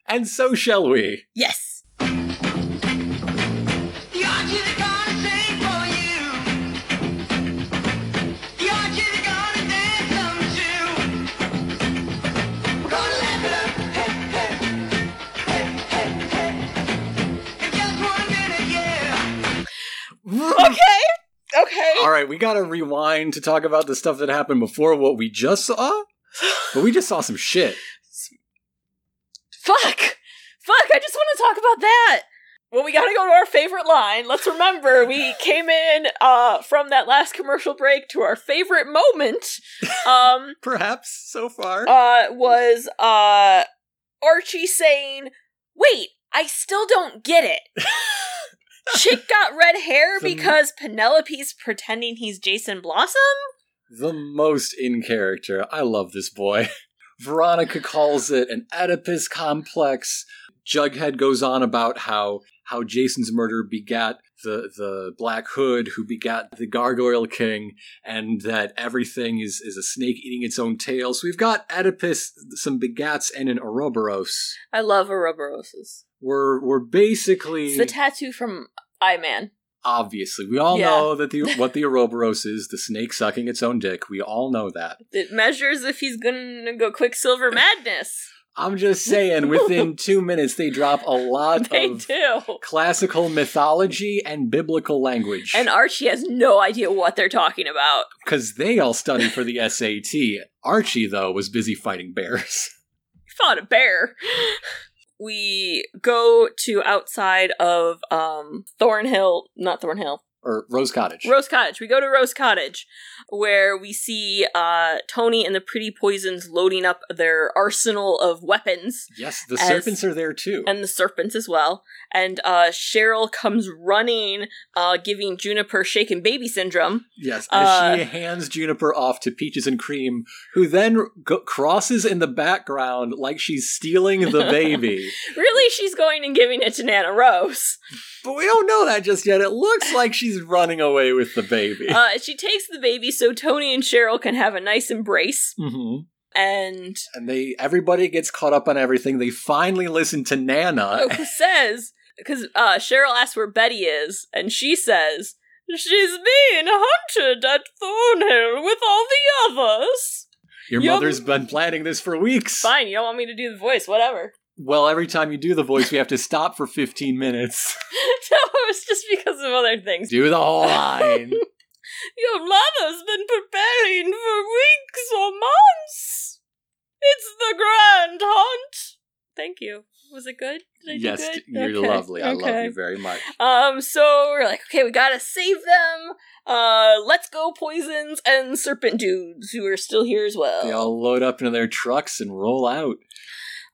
[SPEAKER 3] And so shall we.
[SPEAKER 2] Yes.
[SPEAKER 4] The arches are gonna sing for you. The arches are gonna dance some too. We're gonna laugh it up, hey, hey, hey, hey, hey. In just one minute, yeah.
[SPEAKER 2] Okay. Okay.
[SPEAKER 3] All right, we gotta rewind to talk about the stuff that happened before what we just saw. But we just saw some shit.
[SPEAKER 2] Fuck. Fuck. I just want to talk about that. Well, we got to go to our favorite line. Let's remember we came in uh, from that last commercial break to our favorite moment. Um,
[SPEAKER 3] Perhaps so far.
[SPEAKER 2] uh, was uh, Archie saying, "Wait, I still don't get it." Chick got red hair
[SPEAKER 3] The-
[SPEAKER 2] because Penelope's pretending he's Jason Blossom.
[SPEAKER 3] the most in character. I love this boy. Veronica calls it an Oedipus complex. Jughead goes on about how how Jason's murder begat the the Black Hood, who begat the Gargoyle King, and that everything is is a snake eating its own tail. So we've got Oedipus, some begats, and an Ouroboros.
[SPEAKER 2] I love Ouroboroses.
[SPEAKER 3] We're we're basically
[SPEAKER 2] Mm. It's the tattoo from I Man.
[SPEAKER 3] Obviously, we all
[SPEAKER 2] Yeah.
[SPEAKER 3] know that the what the Ouroboros is, the snake sucking its own dick. We all know that.
[SPEAKER 2] It measures if he's gonna go Quicksilver Madness.
[SPEAKER 3] I'm just saying, within two minutes, they drop a lot
[SPEAKER 2] They
[SPEAKER 3] of
[SPEAKER 2] do.
[SPEAKER 3] classical mythology and biblical language.
[SPEAKER 2] And Archie has no idea what they're talking about.
[SPEAKER 3] Because they all study for the SAT. Archie, though, was busy fighting bears.
[SPEAKER 2] He fought a bear. We go to outside of um Thornhill, not Thornhill,
[SPEAKER 3] Or Rose Cottage.
[SPEAKER 2] Rose Cottage. We go to Rose Cottage, where we see uh, Tony and the Pretty Poisons loading up their arsenal of weapons
[SPEAKER 3] yes, the
[SPEAKER 2] as-
[SPEAKER 3] serpents are there, too.
[SPEAKER 2] and the serpents as well. And uh, Cheryl comes running, uh, giving Juniper shaken baby syndrome.
[SPEAKER 3] yes, as
[SPEAKER 2] uh,
[SPEAKER 3] she hands Juniper off to Peaches and Cream, who then go- crosses in the background like she's stealing the baby.
[SPEAKER 2] Really, she's going and giving it to Nana Rose.
[SPEAKER 3] but we don't know that just yet. It looks like she's running away with the baby.
[SPEAKER 2] Uh, she takes the baby so Tony and Cheryl can have a nice embrace.
[SPEAKER 3] hmm
[SPEAKER 2] And
[SPEAKER 3] And they everybody gets caught up on everything. They finally listen to Nana.
[SPEAKER 2] oh, who says, because uh, Cheryl asks where Betty is, and she says, She's being hunted at Thornhill with all the others.
[SPEAKER 3] Your
[SPEAKER 2] Yum.
[SPEAKER 3] mother's been planning this for weeks.
[SPEAKER 2] Fine, you don't want me to do the voice, whatever.
[SPEAKER 3] Well, every time you do the voice, we have to stop for 15 minutes.
[SPEAKER 2] no, it was just because of other things.
[SPEAKER 3] Do the whole line.
[SPEAKER 2] Your mother's been preparing for weeks or months. It's the grand hunt. Thank you. Was it good? Did I
[SPEAKER 3] yes,
[SPEAKER 2] do good?
[SPEAKER 3] you're
[SPEAKER 2] Okay,
[SPEAKER 3] lovely. I love
[SPEAKER 2] okay.
[SPEAKER 3] you very much.
[SPEAKER 2] Um, so we're like, okay, we gotta save them. Uh, let's go, poisons and serpent dudes who are still here as well.
[SPEAKER 3] They all load up into their trucks and roll out.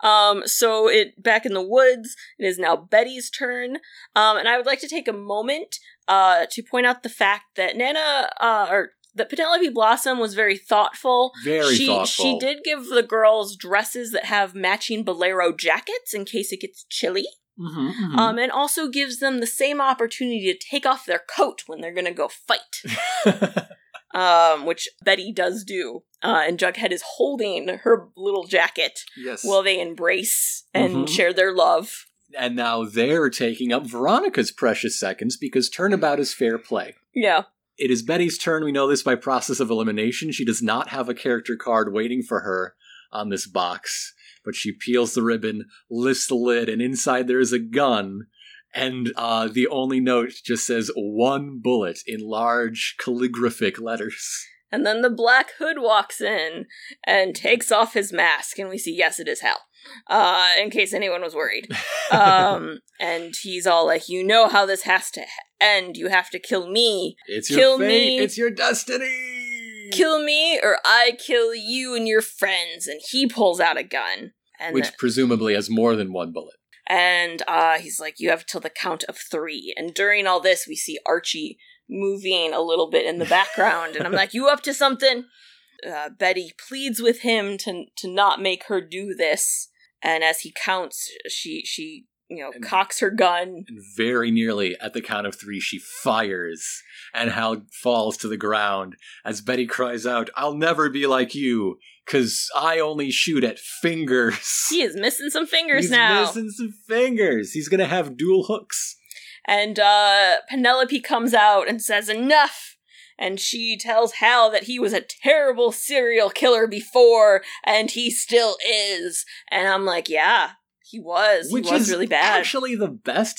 [SPEAKER 2] Um, so it back in the woods, it is now Betty's turn. Um, and I would like to take a moment uh to point out the fact that Nana uh or that Penelope Blossom was very thoughtful.
[SPEAKER 3] Very
[SPEAKER 2] she
[SPEAKER 3] thoughtful.
[SPEAKER 2] she did give the girls dresses that have matching bolero jackets in case it gets chilly.
[SPEAKER 3] hmm
[SPEAKER 2] Um, and also gives them the same opportunity to take off their coat when they're gonna go fight. um, which Betty does do. Uh, and Jughead is holding her little jacket
[SPEAKER 3] yes.
[SPEAKER 2] while they embrace and
[SPEAKER 3] Mhm.
[SPEAKER 2] share their love.
[SPEAKER 3] and now they're taking up Veronica's precious seconds because turnabout is fair play.
[SPEAKER 2] Yeah.
[SPEAKER 3] It is Betty's turn. We know this by process of elimination. She does not have a character card waiting for her on this box, but she peels the ribbon, lifts the lid, and inside there is a gun. And uh, the only note just says one bullet in large calligraphic letters.
[SPEAKER 2] And then the Black Hood walks in and takes off his mask, and we see, yes, it is Hal. Uh, in case anyone was worried. Um, and he's all like, you know how this has to end. You have to kill me.
[SPEAKER 3] it's
[SPEAKER 2] kill
[SPEAKER 3] your fate.
[SPEAKER 2] me.
[SPEAKER 3] It's your destiny.
[SPEAKER 2] Kill me, or I kill you and your friends. And he pulls out a gun. And
[SPEAKER 3] Which presumably has more than one bullet.
[SPEAKER 2] And uh, he's like, You have till the count of three. And during all this, we see Archie moving a little bit in the background. and I'm like, You up to something? Uh, Betty pleads with him to to not make her do this. And as he counts, she she you know
[SPEAKER 3] And-
[SPEAKER 2] cocks her gun.
[SPEAKER 3] And very nearly at the count of three, she fires, and Hal falls to the ground as Betty cries out, I'll never be like you, because I only shoot at fingers.
[SPEAKER 2] He is missing some fingers
[SPEAKER 3] He's
[SPEAKER 2] now.
[SPEAKER 3] missing some fingers. He's going to have dual hooks.
[SPEAKER 2] And uh, Penelope comes out and says, Enough! And she tells Hal that he was a terrible serial killer before, and he still is. And I'm like, Yeah, he was.
[SPEAKER 3] Which
[SPEAKER 2] he was
[SPEAKER 3] is
[SPEAKER 2] really bad.
[SPEAKER 3] actually the best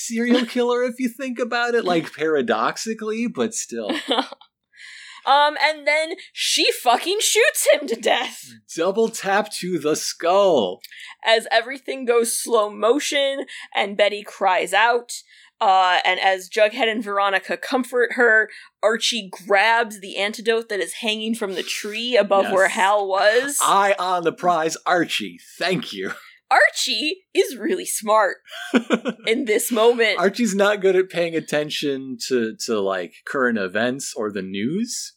[SPEAKER 3] serial killer if you think about it, like paradoxically, but still.
[SPEAKER 2] um, and then she fucking shoots him to death
[SPEAKER 3] Hmm. Double tap to the skull.
[SPEAKER 2] as everything goes slow motion and Betty cries out. Uh, and as Jughead and Veronica comfort her, Archie grabs the antidote that is hanging from the tree above
[SPEAKER 3] Yes.
[SPEAKER 2] where Hal was.
[SPEAKER 3] Eye on the prize, Archie. Thank you.
[SPEAKER 2] Archie is really smart in this moment.
[SPEAKER 3] Archie's not good at paying attention to to like current events or the news.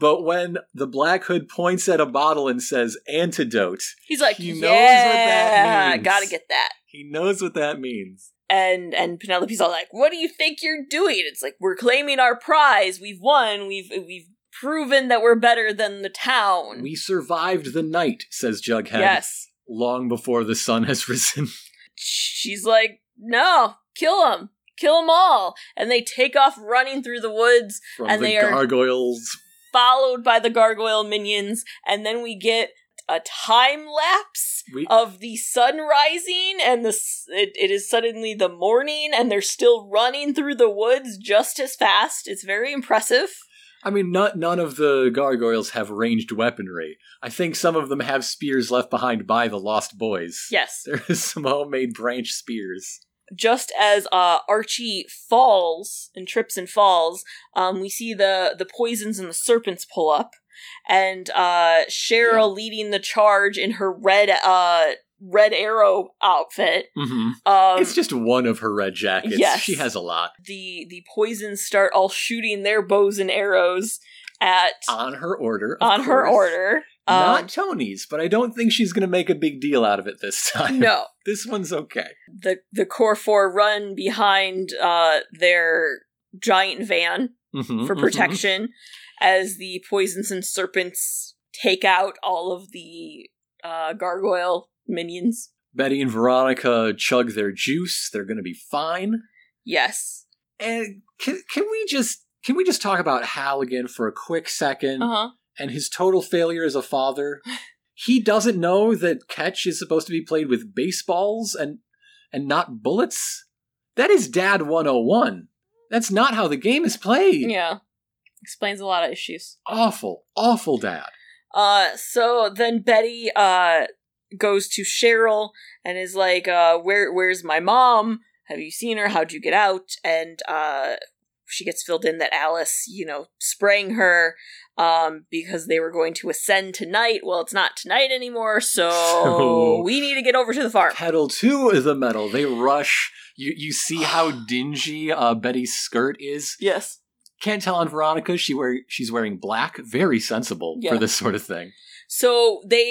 [SPEAKER 3] But when the Black Hood points at a bottle and says antidote,
[SPEAKER 2] He's like,
[SPEAKER 3] he knows what that
[SPEAKER 2] yeah,
[SPEAKER 3] means."
[SPEAKER 2] gotta get that.
[SPEAKER 3] he knows what that means.
[SPEAKER 2] And and Penelope's all like, "What do you think you're doing?" It's like we're claiming our prize. We've won. We've we've proven that we're better than the town.
[SPEAKER 3] We survived the night, says Jughead,
[SPEAKER 2] yes.
[SPEAKER 3] long before the sun has risen.
[SPEAKER 2] She's like, "No, kill him, kill them all. And they take off running through the woods,
[SPEAKER 3] From
[SPEAKER 2] And
[SPEAKER 3] the
[SPEAKER 2] they are-
[SPEAKER 3] gargoyles.
[SPEAKER 2] followed by the gargoyle minions. And then we get a time lapse
[SPEAKER 3] We,
[SPEAKER 2] of the sun rising, and the s- it, it is suddenly the morning, and they're still running through the woods just as fast. It's very impressive.
[SPEAKER 3] I mean, not, none of the gargoyles have ranged weaponry. I think some of them have spears left behind by the Lost Boys.
[SPEAKER 2] Yes.
[SPEAKER 3] There is some homemade branch spears.
[SPEAKER 2] just as uh, Archie falls and trips and falls, um, we see the the poisons and the serpents pull up, and uh, Cheryl leading the charge in her red uh, red arrow outfit.
[SPEAKER 3] Mm-hmm.
[SPEAKER 2] Um,
[SPEAKER 3] it's just one of her red jackets.
[SPEAKER 2] yes.
[SPEAKER 3] She has a lot.
[SPEAKER 2] the the poisons start all shooting their bows and arrows at
[SPEAKER 3] On her order. of
[SPEAKER 2] on her
[SPEAKER 3] course.
[SPEAKER 2] order. Um,
[SPEAKER 3] Not Tony's, but I don't think she's going to make a big deal out of it this time.
[SPEAKER 2] Um, no,
[SPEAKER 3] This one's okay.
[SPEAKER 2] the the core four run behind uh, their giant van
[SPEAKER 3] Mhm,
[SPEAKER 2] for
[SPEAKER 3] mhm.
[SPEAKER 2] protection as the poisons and serpents take out all of the uh, gargoyle minions.
[SPEAKER 3] Betty and Veronica chug their juice. They're going to be fine.
[SPEAKER 2] Yes.
[SPEAKER 3] And can, can we just can we just talk about Hal again for a quick 2nd
[SPEAKER 2] Uh-huh.
[SPEAKER 3] and his total failure as a father? He doesn't know that catch is supposed to be played with baseballs and and not bullets. That is dad 101. That's not how the game is played.
[SPEAKER 2] Yeah. Explains a lot of issues.
[SPEAKER 3] Awful, awful dad.
[SPEAKER 2] Uh so then Betty uh goes to Cheryl and is like, uh, where where's my mom? Have you seen her? How'd you get out? And uh she gets filled in that Alice, you know, sprang her um because they were going to ascend tonight. Well, it's not tonight anymore, so,
[SPEAKER 3] So-
[SPEAKER 2] we need to get over to the farm.
[SPEAKER 3] pedal to the metal. They rush. You you see how dingy uh, Betty's skirt is.
[SPEAKER 2] Yes.
[SPEAKER 3] Can't tell on Veronica. She wear she's wearing black. Very sensible
[SPEAKER 2] Yeah.
[SPEAKER 3] for this sort of thing.
[SPEAKER 2] So they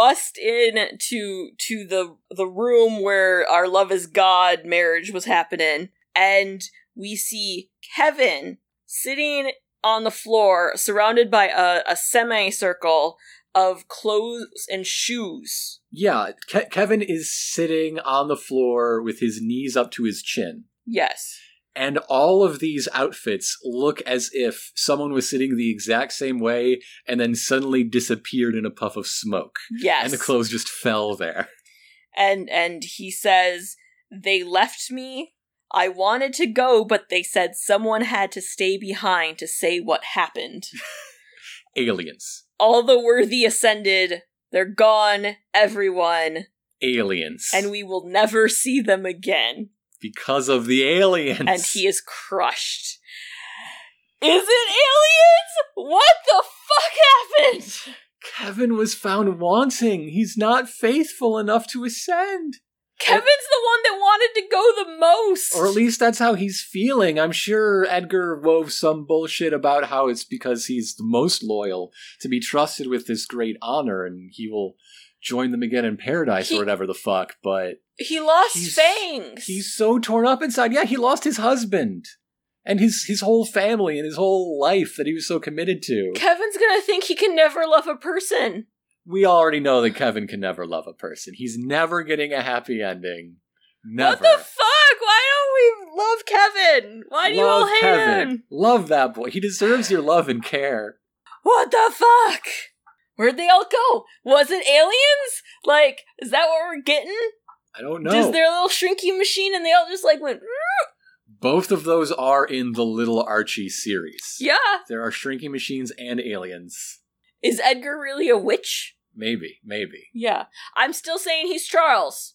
[SPEAKER 2] bust in to to the the room where our love is God marriage was happening, and we see Kevin sitting on the floor, surrounded by a, a semicircle of clothes and shoes.
[SPEAKER 3] Yeah, Ke- Kevin is sitting on the floor with his knees up to his chin.
[SPEAKER 2] Yes.
[SPEAKER 3] And all of these outfits look as if someone was sitting the exact same way and then suddenly disappeared in a puff of smoke.
[SPEAKER 2] Yes.
[SPEAKER 3] And the clothes just fell there.
[SPEAKER 2] and and he says they left me i wanted to go but they said someone had to stay behind to say what happened
[SPEAKER 3] Aliens.
[SPEAKER 2] all the worthy ascended they're gone everyone
[SPEAKER 3] Aliens.
[SPEAKER 2] and we will never see them again
[SPEAKER 3] because of the aliens.
[SPEAKER 2] and he is crushed is it aliens what the fuck happened
[SPEAKER 3] Kevin was found wanting. He's not faithful enough to ascend.
[SPEAKER 2] kevin's the one that wanted to go the most
[SPEAKER 3] Or at least that's how he's feeling. I'm sure Edgar wove some bullshit about how it's because he's the most loyal to be trusted with this great honor and he will join them again in paradise
[SPEAKER 2] He-
[SPEAKER 3] or whatever the fuck, but
[SPEAKER 2] he lost
[SPEAKER 3] He's-
[SPEAKER 2] fangs
[SPEAKER 3] he's so torn up inside. Yeah, he lost his husband and his his whole family and his whole life that he was so committed to.
[SPEAKER 2] kevin's gonna think he can never love a person
[SPEAKER 3] we already know that Kevin can never love a person. He's never getting a happy ending. Never.
[SPEAKER 2] What the fuck? Why don't we love Kevin? Why do you all hate him?
[SPEAKER 3] Love that boy. He deserves your love and care.
[SPEAKER 2] What the fuck? Where'd they all go? Was it aliens? Like, is that what we're getting?
[SPEAKER 3] I don't know.
[SPEAKER 2] Just their little shrinking machine and they all just like went, "Mm,
[SPEAKER 3] Both of those are in the Little Archie series.
[SPEAKER 2] yeah.
[SPEAKER 3] There are shrinking machines and aliens.
[SPEAKER 2] Is Edgar really a witch?
[SPEAKER 3] Maybe, maybe.
[SPEAKER 2] Yeah. I'm still saying he's Charles.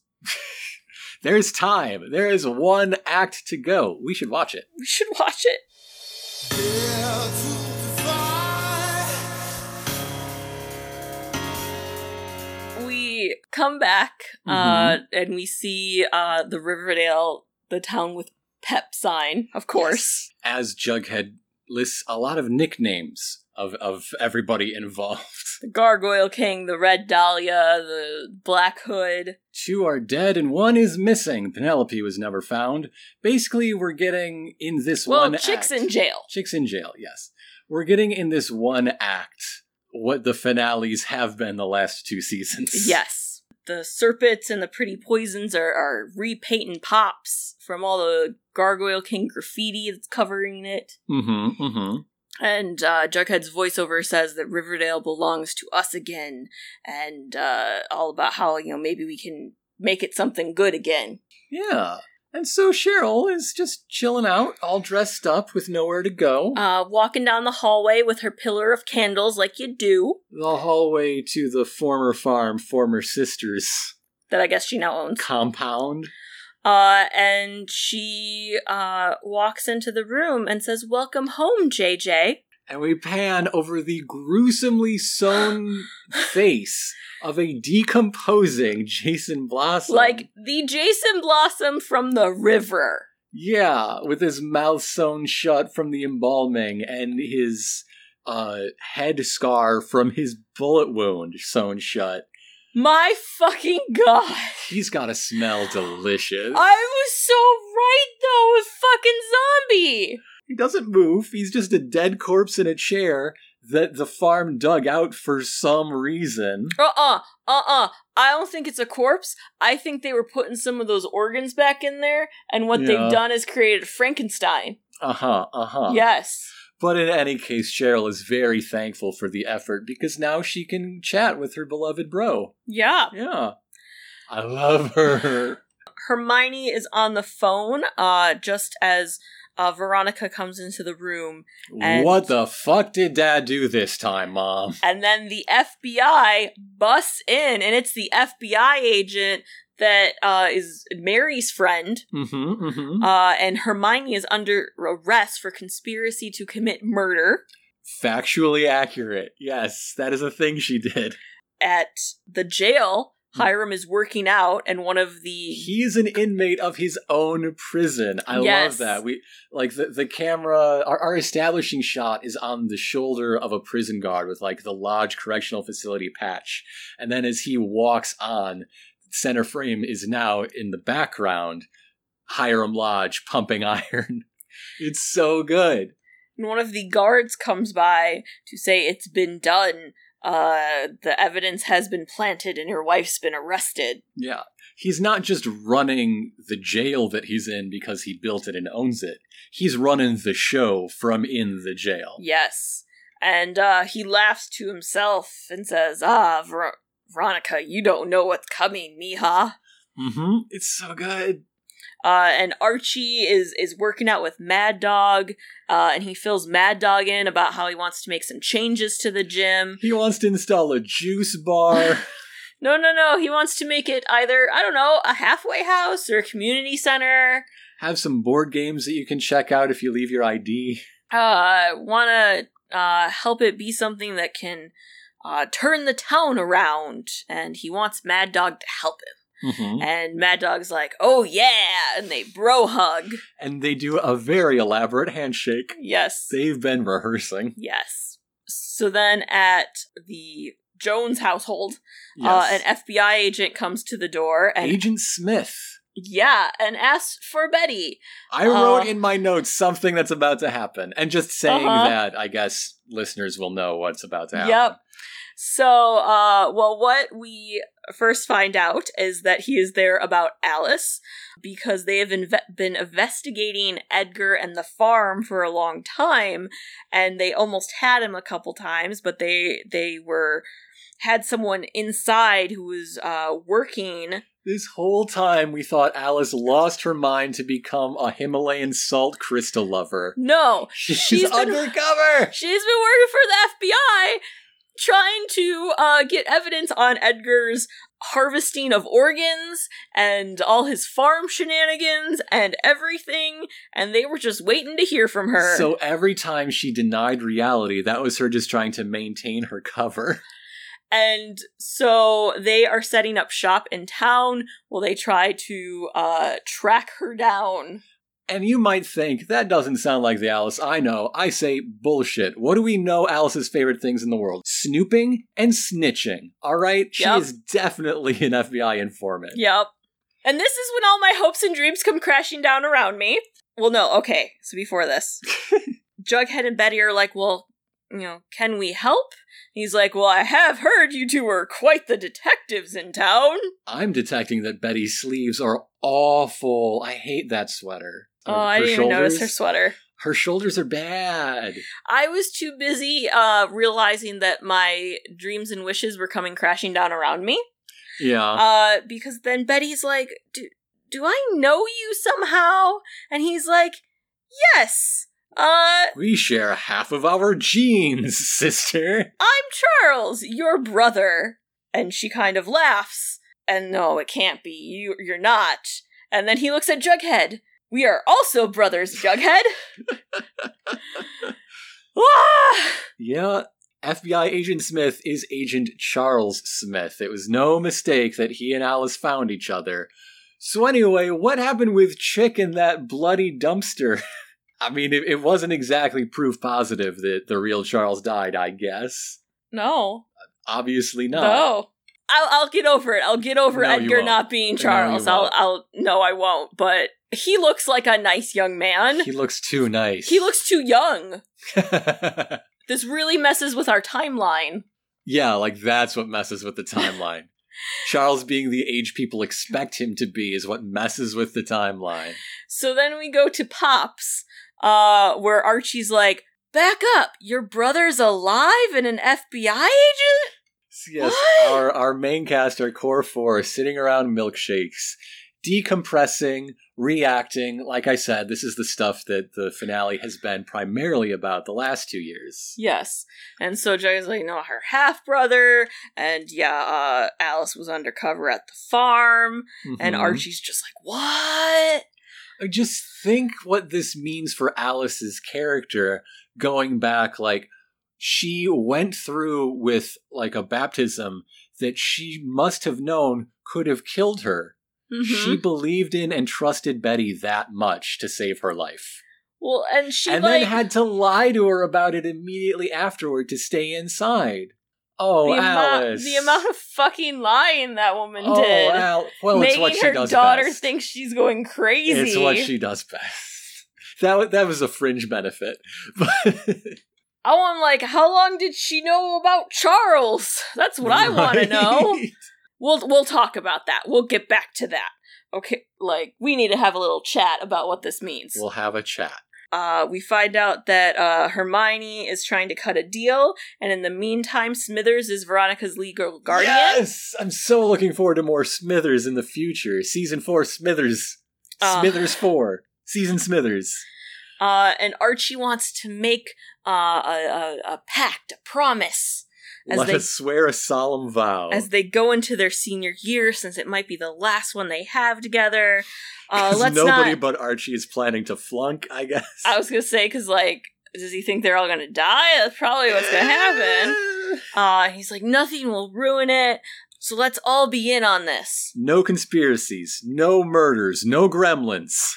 [SPEAKER 3] There's time. There is one act to go. We should watch it.
[SPEAKER 2] We should watch it. We come back
[SPEAKER 3] Mm-hmm.
[SPEAKER 2] uh, and we see uh, the Riverdale, the town with pep sign, of course.
[SPEAKER 3] As Jughead lists a lot of nicknames of, of everybody involved.
[SPEAKER 2] The Gargoyle King, the Red Dahlia, the Black Hood.
[SPEAKER 3] Two are dead and one is missing. Penelope was never found. Basically, we're getting in this
[SPEAKER 2] Well,
[SPEAKER 3] one
[SPEAKER 2] Chick's
[SPEAKER 3] act-
[SPEAKER 2] in jail.
[SPEAKER 3] Chicks in jail, yes. We're getting in this one act what the finales have been the last two seasons.
[SPEAKER 2] Yes. the serpents and the pretty poisons are, are repainting pops from all the Gargoyle King graffiti that's covering it.
[SPEAKER 3] Mm-hmm. Mm-hmm.
[SPEAKER 2] And uh, Jughead's voiceover says that Riverdale belongs to us again, and uh, all about how you know maybe we can make it something good again.
[SPEAKER 3] Yeah. And so Cheryl is just chilling out, all dressed up with nowhere to go.
[SPEAKER 2] Uh, walking down the hallway with her pillar of candles, like you do,
[SPEAKER 3] the hallway to the former farm, former sister's
[SPEAKER 2] that I guess she now owns.
[SPEAKER 3] compound.
[SPEAKER 2] Uh, and she uh, walks into the room and says, "Welcome home, JJ."
[SPEAKER 3] And we pan over the gruesomely sewn face of a decomposing Jason Blossom.
[SPEAKER 2] Like the Jason Blossom from the river.
[SPEAKER 3] Yeah, with his mouth sewn shut from the embalming and his uh, head scar from his bullet wound sewn shut.
[SPEAKER 2] My fucking god.
[SPEAKER 3] He's got to smell delicious.
[SPEAKER 2] I was so right though with fucking zombie.
[SPEAKER 3] He doesn't move. He's just a dead corpse in a chair that the farm dug out for some reason.
[SPEAKER 2] Uh uh-uh, uh I don't think it's a corpse. I think they were putting some of those organs back in there, and what
[SPEAKER 3] Yeah.
[SPEAKER 2] they've done is created Frankenstein.
[SPEAKER 3] Uh huh, uh huh.
[SPEAKER 2] Yes.
[SPEAKER 3] But in any case, Cheryl is very thankful for the effort because now she can chat with her beloved bro.
[SPEAKER 2] Yeah.
[SPEAKER 3] Yeah. I love her.
[SPEAKER 2] Hermione is on the phone, uh, just as uh, Veronica comes into the room, And-
[SPEAKER 3] what the fuck did dad do this time, mom?
[SPEAKER 2] and then the FBI busts in, and it's the FBI agent that uh, is Mary's friend.
[SPEAKER 3] Mm hmm, mm hmm.
[SPEAKER 2] Uh, and Hermione is under arrest for conspiracy to commit murder
[SPEAKER 3] Factually accurate. Yes, that is a thing she did.
[SPEAKER 2] at the jail. Hiram is working out, and one of the
[SPEAKER 3] He is an inmate of his own prison. I
[SPEAKER 2] Yes.
[SPEAKER 3] love that. We like the, the camera our, our establishing shot is on the shoulder of a prison guard with like the lodge correctional facility patch. And then as he walks on, center frame is now in the background, Hiram Lodge pumping iron. It's so good.
[SPEAKER 2] one of the guards comes by to say it's been done. Uh, the evidence has been planted, and your wife's been arrested.
[SPEAKER 3] Yeah. He's not just running the jail that he's in because he built it and owns it. He's running the show from in the jail.
[SPEAKER 2] Yes, and uh, he laughs to himself and says, "Ah, Ver- Veronica, you don't know what's coming, mija."
[SPEAKER 3] Mm-hmm. It's so good.
[SPEAKER 2] Uh, and Archie is is working out with Mad Dog, uh, and he fills Mad Dog in about how he wants to make some changes to the gym.
[SPEAKER 3] He wants to install a juice bar.
[SPEAKER 2] No, no, no. He wants to make it either I don't know a halfway house or a community center.
[SPEAKER 3] have some board games that you can check out if you leave your ID.
[SPEAKER 2] Uh, want to uh help it be something that can uh turn the town around, and he wants Mad Dog to help him.
[SPEAKER 3] Mm-hmm.
[SPEAKER 2] And Mad Dog's like, "Oh yeah," and they bro hug.
[SPEAKER 3] And they do a very elaborate handshake.
[SPEAKER 2] Yes.
[SPEAKER 3] They've been rehearsing.
[SPEAKER 2] Yes. So then at the Jones household,
[SPEAKER 3] Yes.
[SPEAKER 2] uh, an FBI agent comes to the door and
[SPEAKER 3] Agent Smith.
[SPEAKER 2] yeah, and asks for Betty.
[SPEAKER 3] I
[SPEAKER 2] Uh,
[SPEAKER 3] wrote in my notes something that's about to happen. And just saying
[SPEAKER 2] Uh-huh.
[SPEAKER 3] that, I guess listeners will know what's about to happen.
[SPEAKER 2] Yep. So, uh, well, what we first find out is that he is there about Alice because they have inve- been investigating Edgar and the farm for a long time, and they almost had him a couple times, but they they were had someone inside who was uh, working
[SPEAKER 3] This whole time, we thought Alice lost her mind to become a Himalayan salt crystal lover.
[SPEAKER 2] No,
[SPEAKER 3] She's,
[SPEAKER 2] She's been-
[SPEAKER 3] undercover!
[SPEAKER 2] she's been working for the FBI trying to uh, get evidence on Edgar's harvesting of organs and all his farm shenanigans and everything, and they were just waiting to hear from her.
[SPEAKER 3] So every time she denied reality, that was her just trying to maintain her cover.
[SPEAKER 2] and so they are setting up shop in town while they try to uh, track her down.
[SPEAKER 3] And you might think, that doesn't sound like the Alice I know. I say bullshit. What do we know Alice's favorite things in the world? Snooping and snitching. All right? She
[SPEAKER 2] Yep.
[SPEAKER 3] is definitely an FBI informant.
[SPEAKER 2] Yep. And this is when all my hopes and dreams come crashing down around me. Well, no, okay. So before this, Jughead and Betty are like, well, you know, can we help? He's like, well, I have heard you two are quite the detectives in town.
[SPEAKER 3] I'm detecting that Betty's sleeves are awful. I hate that sweater.
[SPEAKER 2] Oh,
[SPEAKER 3] Um,
[SPEAKER 2] I
[SPEAKER 3] her
[SPEAKER 2] didn't even notice her Uh,
[SPEAKER 3] shoulders-
[SPEAKER 2] sweater.
[SPEAKER 3] Her shoulders are bad.
[SPEAKER 2] I was too busy uh, realizing that my dreams and wishes were coming crashing down around me.
[SPEAKER 3] Yeah.
[SPEAKER 2] Uh, because then Betty's like, do, do I know you somehow? And he's like, Yes. Uh,
[SPEAKER 3] we share half of our genes, sister.
[SPEAKER 2] I'm Charles, your brother. And she kind of laughs. And no, it can't be. You, you're not. And then he looks at Jughead. We are also brothers, Jughead. ah!
[SPEAKER 3] Yeah. FBI Agent Smith is Agent Charles Smith. It was no mistake that he and Alice found each other. So, anyway, what happened with Chick and that bloody dumpster? I mean, it, it wasn't exactly proof positive that the real Charles died, I guess.
[SPEAKER 2] No.
[SPEAKER 3] Obviously not.
[SPEAKER 2] No. I'll, I'll get over it. I'll get over
[SPEAKER 3] No, you
[SPEAKER 2] Edgar
[SPEAKER 3] won't.
[SPEAKER 2] not being
[SPEAKER 3] No, you
[SPEAKER 2] Charles. I'll,
[SPEAKER 3] won't.
[SPEAKER 2] I'll, no, I won't. But he looks like a nice young man.
[SPEAKER 3] He looks too nice.
[SPEAKER 2] He looks too young.
[SPEAKER 3] looks.
[SPEAKER 2] This really messes with our timeline.
[SPEAKER 3] yeah, like that's what messes with the timeline. Charles being the age people expect him to be is what messes with the timeline.
[SPEAKER 2] So then we go to Pops, uh, where Archie's like, Back up! Your brother's alive and an FBI agent?
[SPEAKER 3] Yes,
[SPEAKER 2] What?
[SPEAKER 3] our our main cast, our core four, is sitting around milkshakes, decompressing, reacting. Like I said, this is the stuff that the finale has been primarily about the last two years.
[SPEAKER 2] Yes. And so Jughead's like, No, her half brother. And yeah, uh, Alice was undercover at the farm. And
[SPEAKER 3] Mhm.
[SPEAKER 2] Archie's just like, What?
[SPEAKER 3] I just think what this means for Alice's character going back like she went through with like a baptism that she must have known could have killed her. She
[SPEAKER 2] Mhm.
[SPEAKER 3] believed in and trusted Betty that much to save her life.
[SPEAKER 2] well, and she
[SPEAKER 3] and
[SPEAKER 2] like.
[SPEAKER 3] then had to lie to her about it immediately afterward to stay inside. Oh,
[SPEAKER 2] the, amount,
[SPEAKER 3] Alice.
[SPEAKER 2] the amount of fucking lying that woman
[SPEAKER 3] oh,
[SPEAKER 2] did.
[SPEAKER 3] Al- well,
[SPEAKER 2] Making
[SPEAKER 3] it's what she
[SPEAKER 2] her
[SPEAKER 3] does
[SPEAKER 2] daughter
[SPEAKER 3] best.
[SPEAKER 2] think she's going crazy.
[SPEAKER 3] It's what she does best. That wa- that was a fringe benefit, but
[SPEAKER 2] Oh, I'm like, how long did she know about Charles? That's what I want to know.
[SPEAKER 3] Right?
[SPEAKER 2] We'll we'll talk about that. We'll get back to that. Okay, like we need to have a little chat about what this means.
[SPEAKER 3] We'll have a chat.
[SPEAKER 2] Uh, we find out that uh, Hermione is trying to cut a deal, and in the meantime, Smithers is Veronica's legal guardian.
[SPEAKER 3] Yes, I'm so looking forward to more Smithers in the future. Season four Smithers,
[SPEAKER 2] Uh.
[SPEAKER 3] Smithers four, season Smithers.
[SPEAKER 2] Uh, and Archie wants to make uh, a, a, a pact, a promise, As
[SPEAKER 3] Let
[SPEAKER 2] they-
[SPEAKER 3] us swear a solemn vow.
[SPEAKER 2] as they go into their senior year, since it might be the last one they have together. Uh,
[SPEAKER 3] 'Cause
[SPEAKER 2] let's
[SPEAKER 3] nobody
[SPEAKER 2] not.
[SPEAKER 3] but Archie is planning to flunk, I guess.
[SPEAKER 2] I was gonna say because like, does he think they're all gonna die? That's probably what's gonna happen. Uh, he's like, nothing will ruin it. So let's all be in on this.
[SPEAKER 3] No conspiracies, no murders, no gremlins,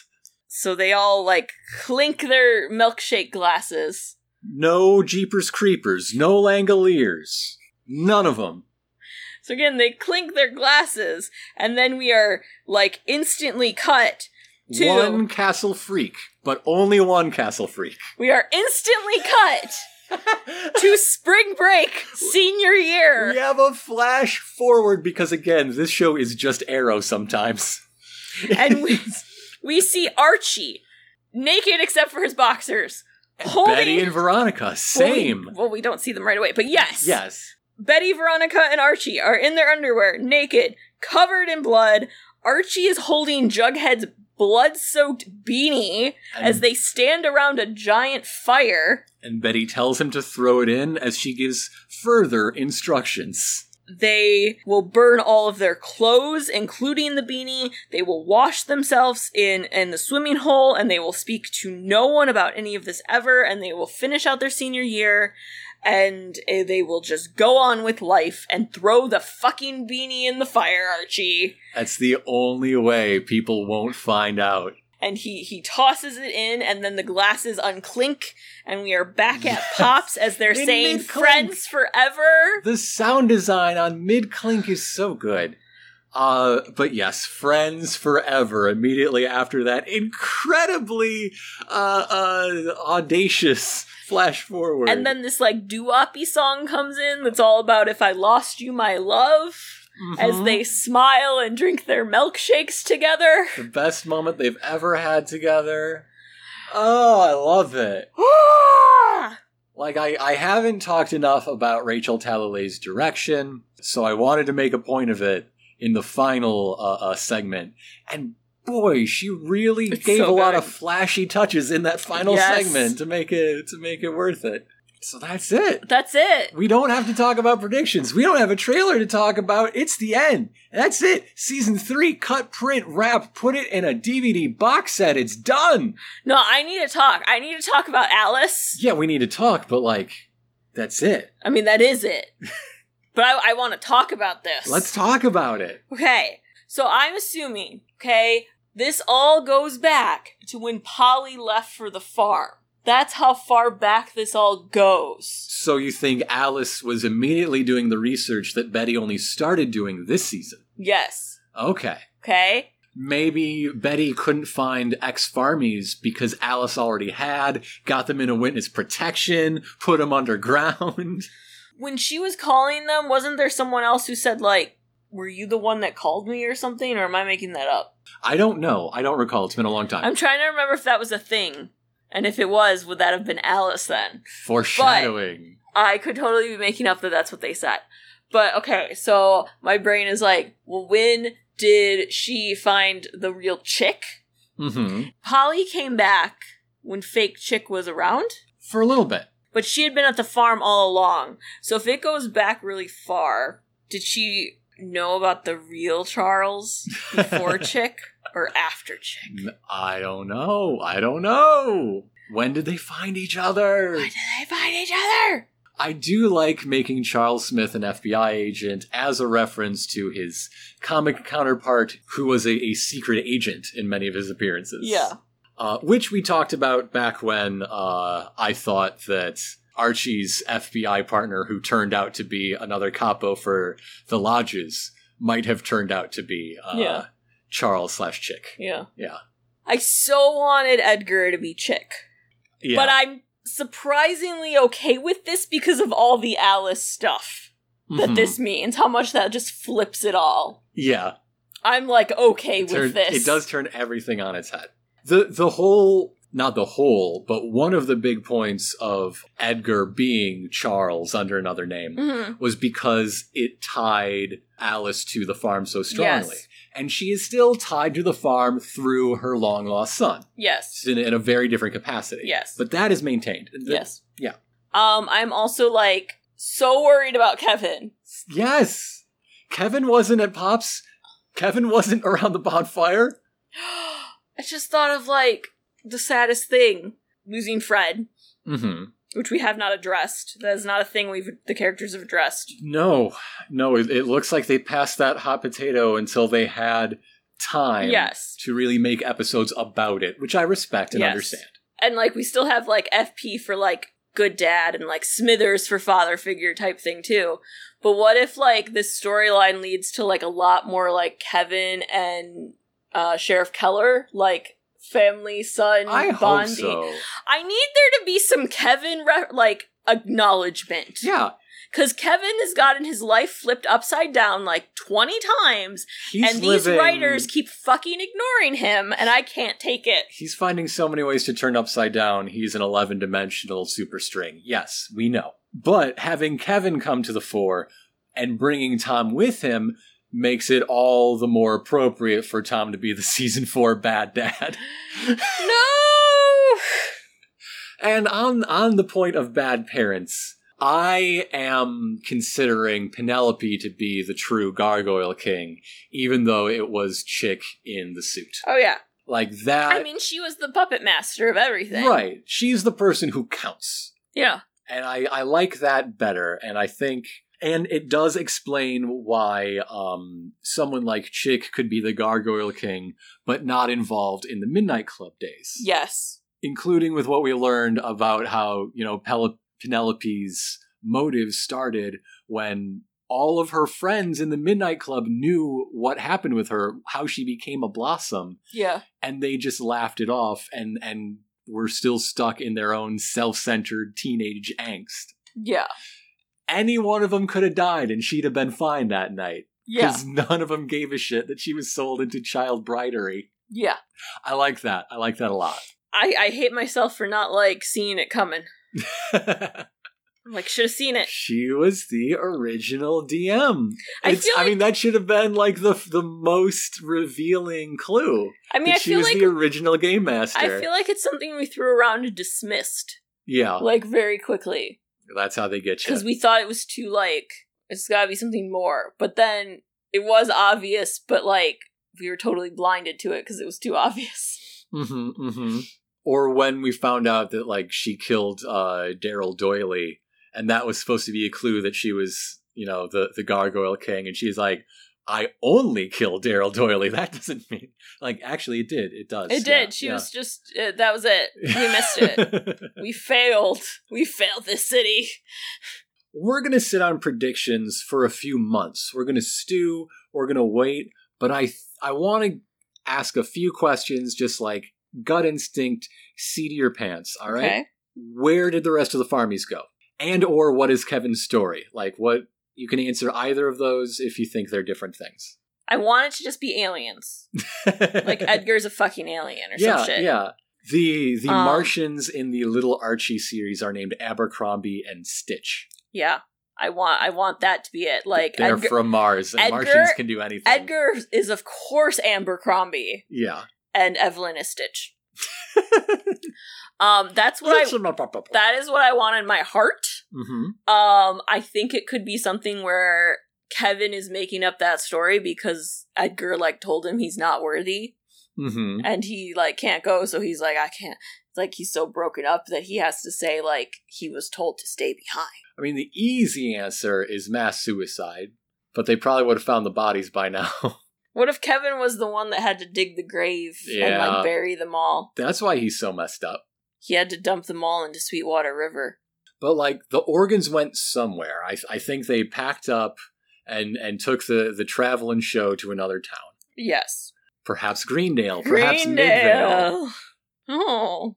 [SPEAKER 2] So they all like clink their milkshake glasses.
[SPEAKER 3] no Jeepers Creepers, no Langoliers, none of them.
[SPEAKER 2] So again, they clink their glasses, and then we are like instantly cut. Two.
[SPEAKER 3] One Castle Freak, but only one Castle Freak.
[SPEAKER 2] We are instantly cut to spring break, senior year.
[SPEAKER 3] We have a flash forward because again, this show is just arrow sometimes.
[SPEAKER 2] and we, we see Archie naked except for his boxers, holding
[SPEAKER 3] Betty and Veronica,
[SPEAKER 2] well, we-
[SPEAKER 3] same.
[SPEAKER 2] Well, we, don't see them right away, but yes,
[SPEAKER 3] yes.
[SPEAKER 2] Betty, Veronica, and Archie are in their underwear, naked, covered in blood. Archie is holding Jughead's blood-soaked beanie
[SPEAKER 3] And-
[SPEAKER 2] as they stand around a giant fire.
[SPEAKER 3] and Betty tells him to throw it in as she gives further instructions.
[SPEAKER 2] They will burn all of their clothes, including the beanie. They will wash themselves in, in the swimming hole, and they will speak to no one about any of this ever, and they will finish out their senior year, and eh, they will just go on with life and throw the fucking beanie in the fire, Archie.
[SPEAKER 3] That's the only way people won't find out.
[SPEAKER 2] And he, he tosses it in, and then the glasses unclink, and we are back at Pops as they're
[SPEAKER 3] They
[SPEAKER 2] saying
[SPEAKER 3] mid-clink.
[SPEAKER 2] friends forever.
[SPEAKER 3] The sound design on Mid Clink is so good. Uh, but yes, Friends Forever. Immediately after that, incredibly uh, uh, audacious flash forward.
[SPEAKER 2] And then this like doo song comes in that's all about if I lost you my love
[SPEAKER 3] Mm-hmm. Uh-huh.
[SPEAKER 2] as they smile and drink their milkshakes together.
[SPEAKER 3] the best moment they've ever had together. Oh, I love it. Like I, I haven't talked enough about Rachel Talalay direction, so I wanted to make a point of it in the final uh, uh, segment. And boy, she really
[SPEAKER 2] It's
[SPEAKER 3] gave
[SPEAKER 2] so
[SPEAKER 3] a lot
[SPEAKER 2] good.
[SPEAKER 3] of flashy touches in that final
[SPEAKER 2] Yes.
[SPEAKER 3] segment to make it to make it worth it. So that's it.
[SPEAKER 2] that's it.
[SPEAKER 3] We don't have to talk about predictions. We don't have a trailer to talk about. It's the end. That's it. Season three, cut, print, wrap, put it in a DVD box set. It's done.
[SPEAKER 2] No, I need to talk. I need to talk about Alice.
[SPEAKER 3] Yeah, we need to talk, but like, that's it.
[SPEAKER 2] I mean, that is it. but I, I want to talk about this.
[SPEAKER 3] Let's talk about it.
[SPEAKER 2] Okay, so I'm assuming, okay, this all goes back to when Polly left for the farm. That's how far back this all goes.
[SPEAKER 3] So you think Alice was immediately doing the research that Betty only started doing this season?
[SPEAKER 2] Yes.
[SPEAKER 3] Okay.
[SPEAKER 2] Okay?
[SPEAKER 3] Maybe Betty couldn't find ex farmies because Alice already had, got them into witness protection, put them underground.
[SPEAKER 2] When she was calling them, wasn't there someone else who said, like, were you the one that called me or something, or am I making that up?
[SPEAKER 3] I don't know. I don't recall. It's been a long time.
[SPEAKER 2] I'm trying to remember if that was a thing. And if it was, would that have been Alice then?
[SPEAKER 3] Foreshadowing.
[SPEAKER 2] I could totally be making up that that's what they said. But okay, so my brain is like, well, when did she find the real chick?
[SPEAKER 3] hmm
[SPEAKER 2] Polly came back when fake chick was around,
[SPEAKER 3] For a little bit.
[SPEAKER 2] but she had been at the farm all along. So if it goes back really far, did she know about the real Charles before chick or after chick?
[SPEAKER 3] I don't know. I don't know. When did they find each other?
[SPEAKER 2] Why did they find each other?
[SPEAKER 3] I do like making Charles Smith an FBI agent as a reference to his comic counterpart, who was a, a secret agent in many of his appearances.
[SPEAKER 2] Yeah.
[SPEAKER 3] Uh, which we talked about back when uh, I thought that Archie's FBI partner, who turned out to be another capo for the lodges, might have turned out to be uh,
[SPEAKER 2] Yeah.
[SPEAKER 3] Charles slash Chick.
[SPEAKER 2] Yeah.
[SPEAKER 3] Yeah.
[SPEAKER 2] I so wanted Edgar to be chick.
[SPEAKER 3] Yeah.
[SPEAKER 2] But I'm surprisingly okay with this because of all the Alice stuff that
[SPEAKER 3] Mhm.
[SPEAKER 2] this means, how much that just flips it all.
[SPEAKER 3] Mm-hmm. Yeah.
[SPEAKER 2] I'm like okay with
[SPEAKER 3] Turn-
[SPEAKER 2] this.
[SPEAKER 3] It does turn everything on its head. The the whole not the whole, but one of the big points of Edgar being Charles under another name
[SPEAKER 2] Mhm.
[SPEAKER 3] was because it tied Alice to the farm so strongly.
[SPEAKER 2] Yes.
[SPEAKER 3] And she is still tied to the farm through her long lost son.
[SPEAKER 2] Yes.
[SPEAKER 3] It's in, in a very different capacity.
[SPEAKER 2] Yes.
[SPEAKER 3] But that is maintained. Th-
[SPEAKER 2] yes.
[SPEAKER 3] yeah.
[SPEAKER 2] Um, I'm also like so worried about Kevin.
[SPEAKER 3] Yes. Kevin wasn't at Pops. Kevin wasn't around the bonfire.
[SPEAKER 2] I just thought of like the saddest thing losing Fred,
[SPEAKER 3] Mm-hmm.
[SPEAKER 2] which we have not addressed. That is not a thing we've the characters have addressed.
[SPEAKER 3] No, no, it, it looks like they passed that hot potato until they had time
[SPEAKER 2] Yes.
[SPEAKER 3] to really make episodes about it, which I respect and
[SPEAKER 2] Yes.
[SPEAKER 3] understand.
[SPEAKER 2] and like we still have like FP for like good dad and like Smithers for father figure type thing too. But what if like this storyline leads to like a lot more like Kevin and uh Sheriff Keller like family son
[SPEAKER 3] I hope
[SPEAKER 2] bonding?
[SPEAKER 3] so.
[SPEAKER 2] I need there to be some Kevin re- like acknowledgement
[SPEAKER 3] Yeah,
[SPEAKER 2] because Kevin has gotten his life flipped upside down like twenty times,
[SPEAKER 3] he's
[SPEAKER 2] and these
[SPEAKER 3] living-
[SPEAKER 2] writers keep fucking ignoring him, and I can't take it.
[SPEAKER 3] He's finding so many ways to turn upside down. He's an 11 dimensional super string. Yes, we know. But having Kevin come to the fore and bringing Tom with him makes it all the more appropriate for Tom to be the season four bad dad.
[SPEAKER 2] No.
[SPEAKER 3] And on on the point of bad parents, I am considering Penelope to be the true Gargoyle King, even though it was Chick in the suit.
[SPEAKER 2] Oh yeah.
[SPEAKER 3] Like that,
[SPEAKER 2] I mean, she was the puppet master of everything.
[SPEAKER 3] Uh, right? She's the person who counts,
[SPEAKER 2] Yeah.
[SPEAKER 3] and I I like that better. And I think. And it does explain why um, someone like Chick could be the Gargoyle King, but not involved in the Midnight Club days.
[SPEAKER 2] Yes.
[SPEAKER 3] including with what we learned about how you know Pel- Penelope's motives started when all of her friends in the Midnight Club knew what happened with her, how she became a blossom,
[SPEAKER 2] Yeah.
[SPEAKER 3] and they just laughed it off and and were still stuck in their own self-centered teenage angst.
[SPEAKER 2] Yeah.
[SPEAKER 3] Any one of them could have died and she'd have been fine that night
[SPEAKER 2] Yeah.
[SPEAKER 3] because none of them gave a shit that she was sold into child bridery.
[SPEAKER 2] Yeah.
[SPEAKER 3] I like that. I like that a lot.
[SPEAKER 2] I, I hate myself for not like seeing it coming. I'm like, should have seen it.
[SPEAKER 3] she was the original DM.
[SPEAKER 2] I
[SPEAKER 3] It's-
[SPEAKER 2] feel like, I
[SPEAKER 3] I mean,
[SPEAKER 2] mean,
[SPEAKER 3] that should have been like the the most revealing clue
[SPEAKER 2] I,
[SPEAKER 3] that she
[SPEAKER 2] feel
[SPEAKER 3] was
[SPEAKER 2] like
[SPEAKER 3] the original game master.
[SPEAKER 2] I feel like it's something we threw around and dismissed
[SPEAKER 3] yeah,
[SPEAKER 2] like very quickly
[SPEAKER 3] that's how they get you.
[SPEAKER 2] because we thought it was too like it's got to be something more. But then it was obvious, but like we were totally blinded to it because it was too obvious.
[SPEAKER 3] hmm hmm Or when we found out that like she killed uh, Daryl Doyley, and that was supposed to be a clue that she was, you know, the the Gargoyle King, and she's like, "I only killed Daryl Doyley." That doesn't mean like actually it did. It does.
[SPEAKER 2] It
[SPEAKER 3] Yeah,
[SPEAKER 2] did. She
[SPEAKER 3] yeah.
[SPEAKER 2] was just uh, that was it. We missed it. we failed. We failed this city.
[SPEAKER 3] we're going to sit on predictions for a few months. We're going to stew, we're going to wait, but I I want to ask a few questions just like gut instinct, see to your pants, all right?
[SPEAKER 2] Okay.
[SPEAKER 3] Where did the rest of the farmies go? And or what is Kevin's story? Like what you can answer either of those if you think they're different things.
[SPEAKER 2] I want it to just be aliens. like Edgar's a fucking alien or
[SPEAKER 3] yeah,
[SPEAKER 2] some shit.
[SPEAKER 3] yeah. The the
[SPEAKER 2] Um,
[SPEAKER 3] Martians in the Little Archie series are named Abercrombie and Stitch.
[SPEAKER 2] Yeah. I want I want that to be it. Like
[SPEAKER 3] They're
[SPEAKER 2] Edgar,
[SPEAKER 3] from Mars, and
[SPEAKER 2] Edgar-
[SPEAKER 3] Martians can do anything.
[SPEAKER 2] Edgar is of course Abercrombie
[SPEAKER 3] yeah.
[SPEAKER 2] and Evelyn is Stitch. um that's what I that is what I want in my heart.
[SPEAKER 3] hmm
[SPEAKER 2] Um I think it could be something where Kevin is making up that story because Edgar like told him he's not worthy
[SPEAKER 3] hmm
[SPEAKER 2] and he like can't go so he's like I can't it's like he's so broken up that he has to say like he was told to stay behind.
[SPEAKER 3] I mean, the easy answer is mass suicide, but they probably would have found the bodies by now.
[SPEAKER 2] What if Kevin was the one that had to dig the grave and
[SPEAKER 3] Yeah.
[SPEAKER 2] like bury them all?
[SPEAKER 3] That's why he's so messed up.
[SPEAKER 2] He had to dump them all into Sweetwater River.
[SPEAKER 3] But like, the organs went somewhere. I I think they packed up and and took the the traveling show to another town.
[SPEAKER 2] Yes.
[SPEAKER 3] Perhaps Greendale, perhaps Midvale.
[SPEAKER 2] Greendale. Oh.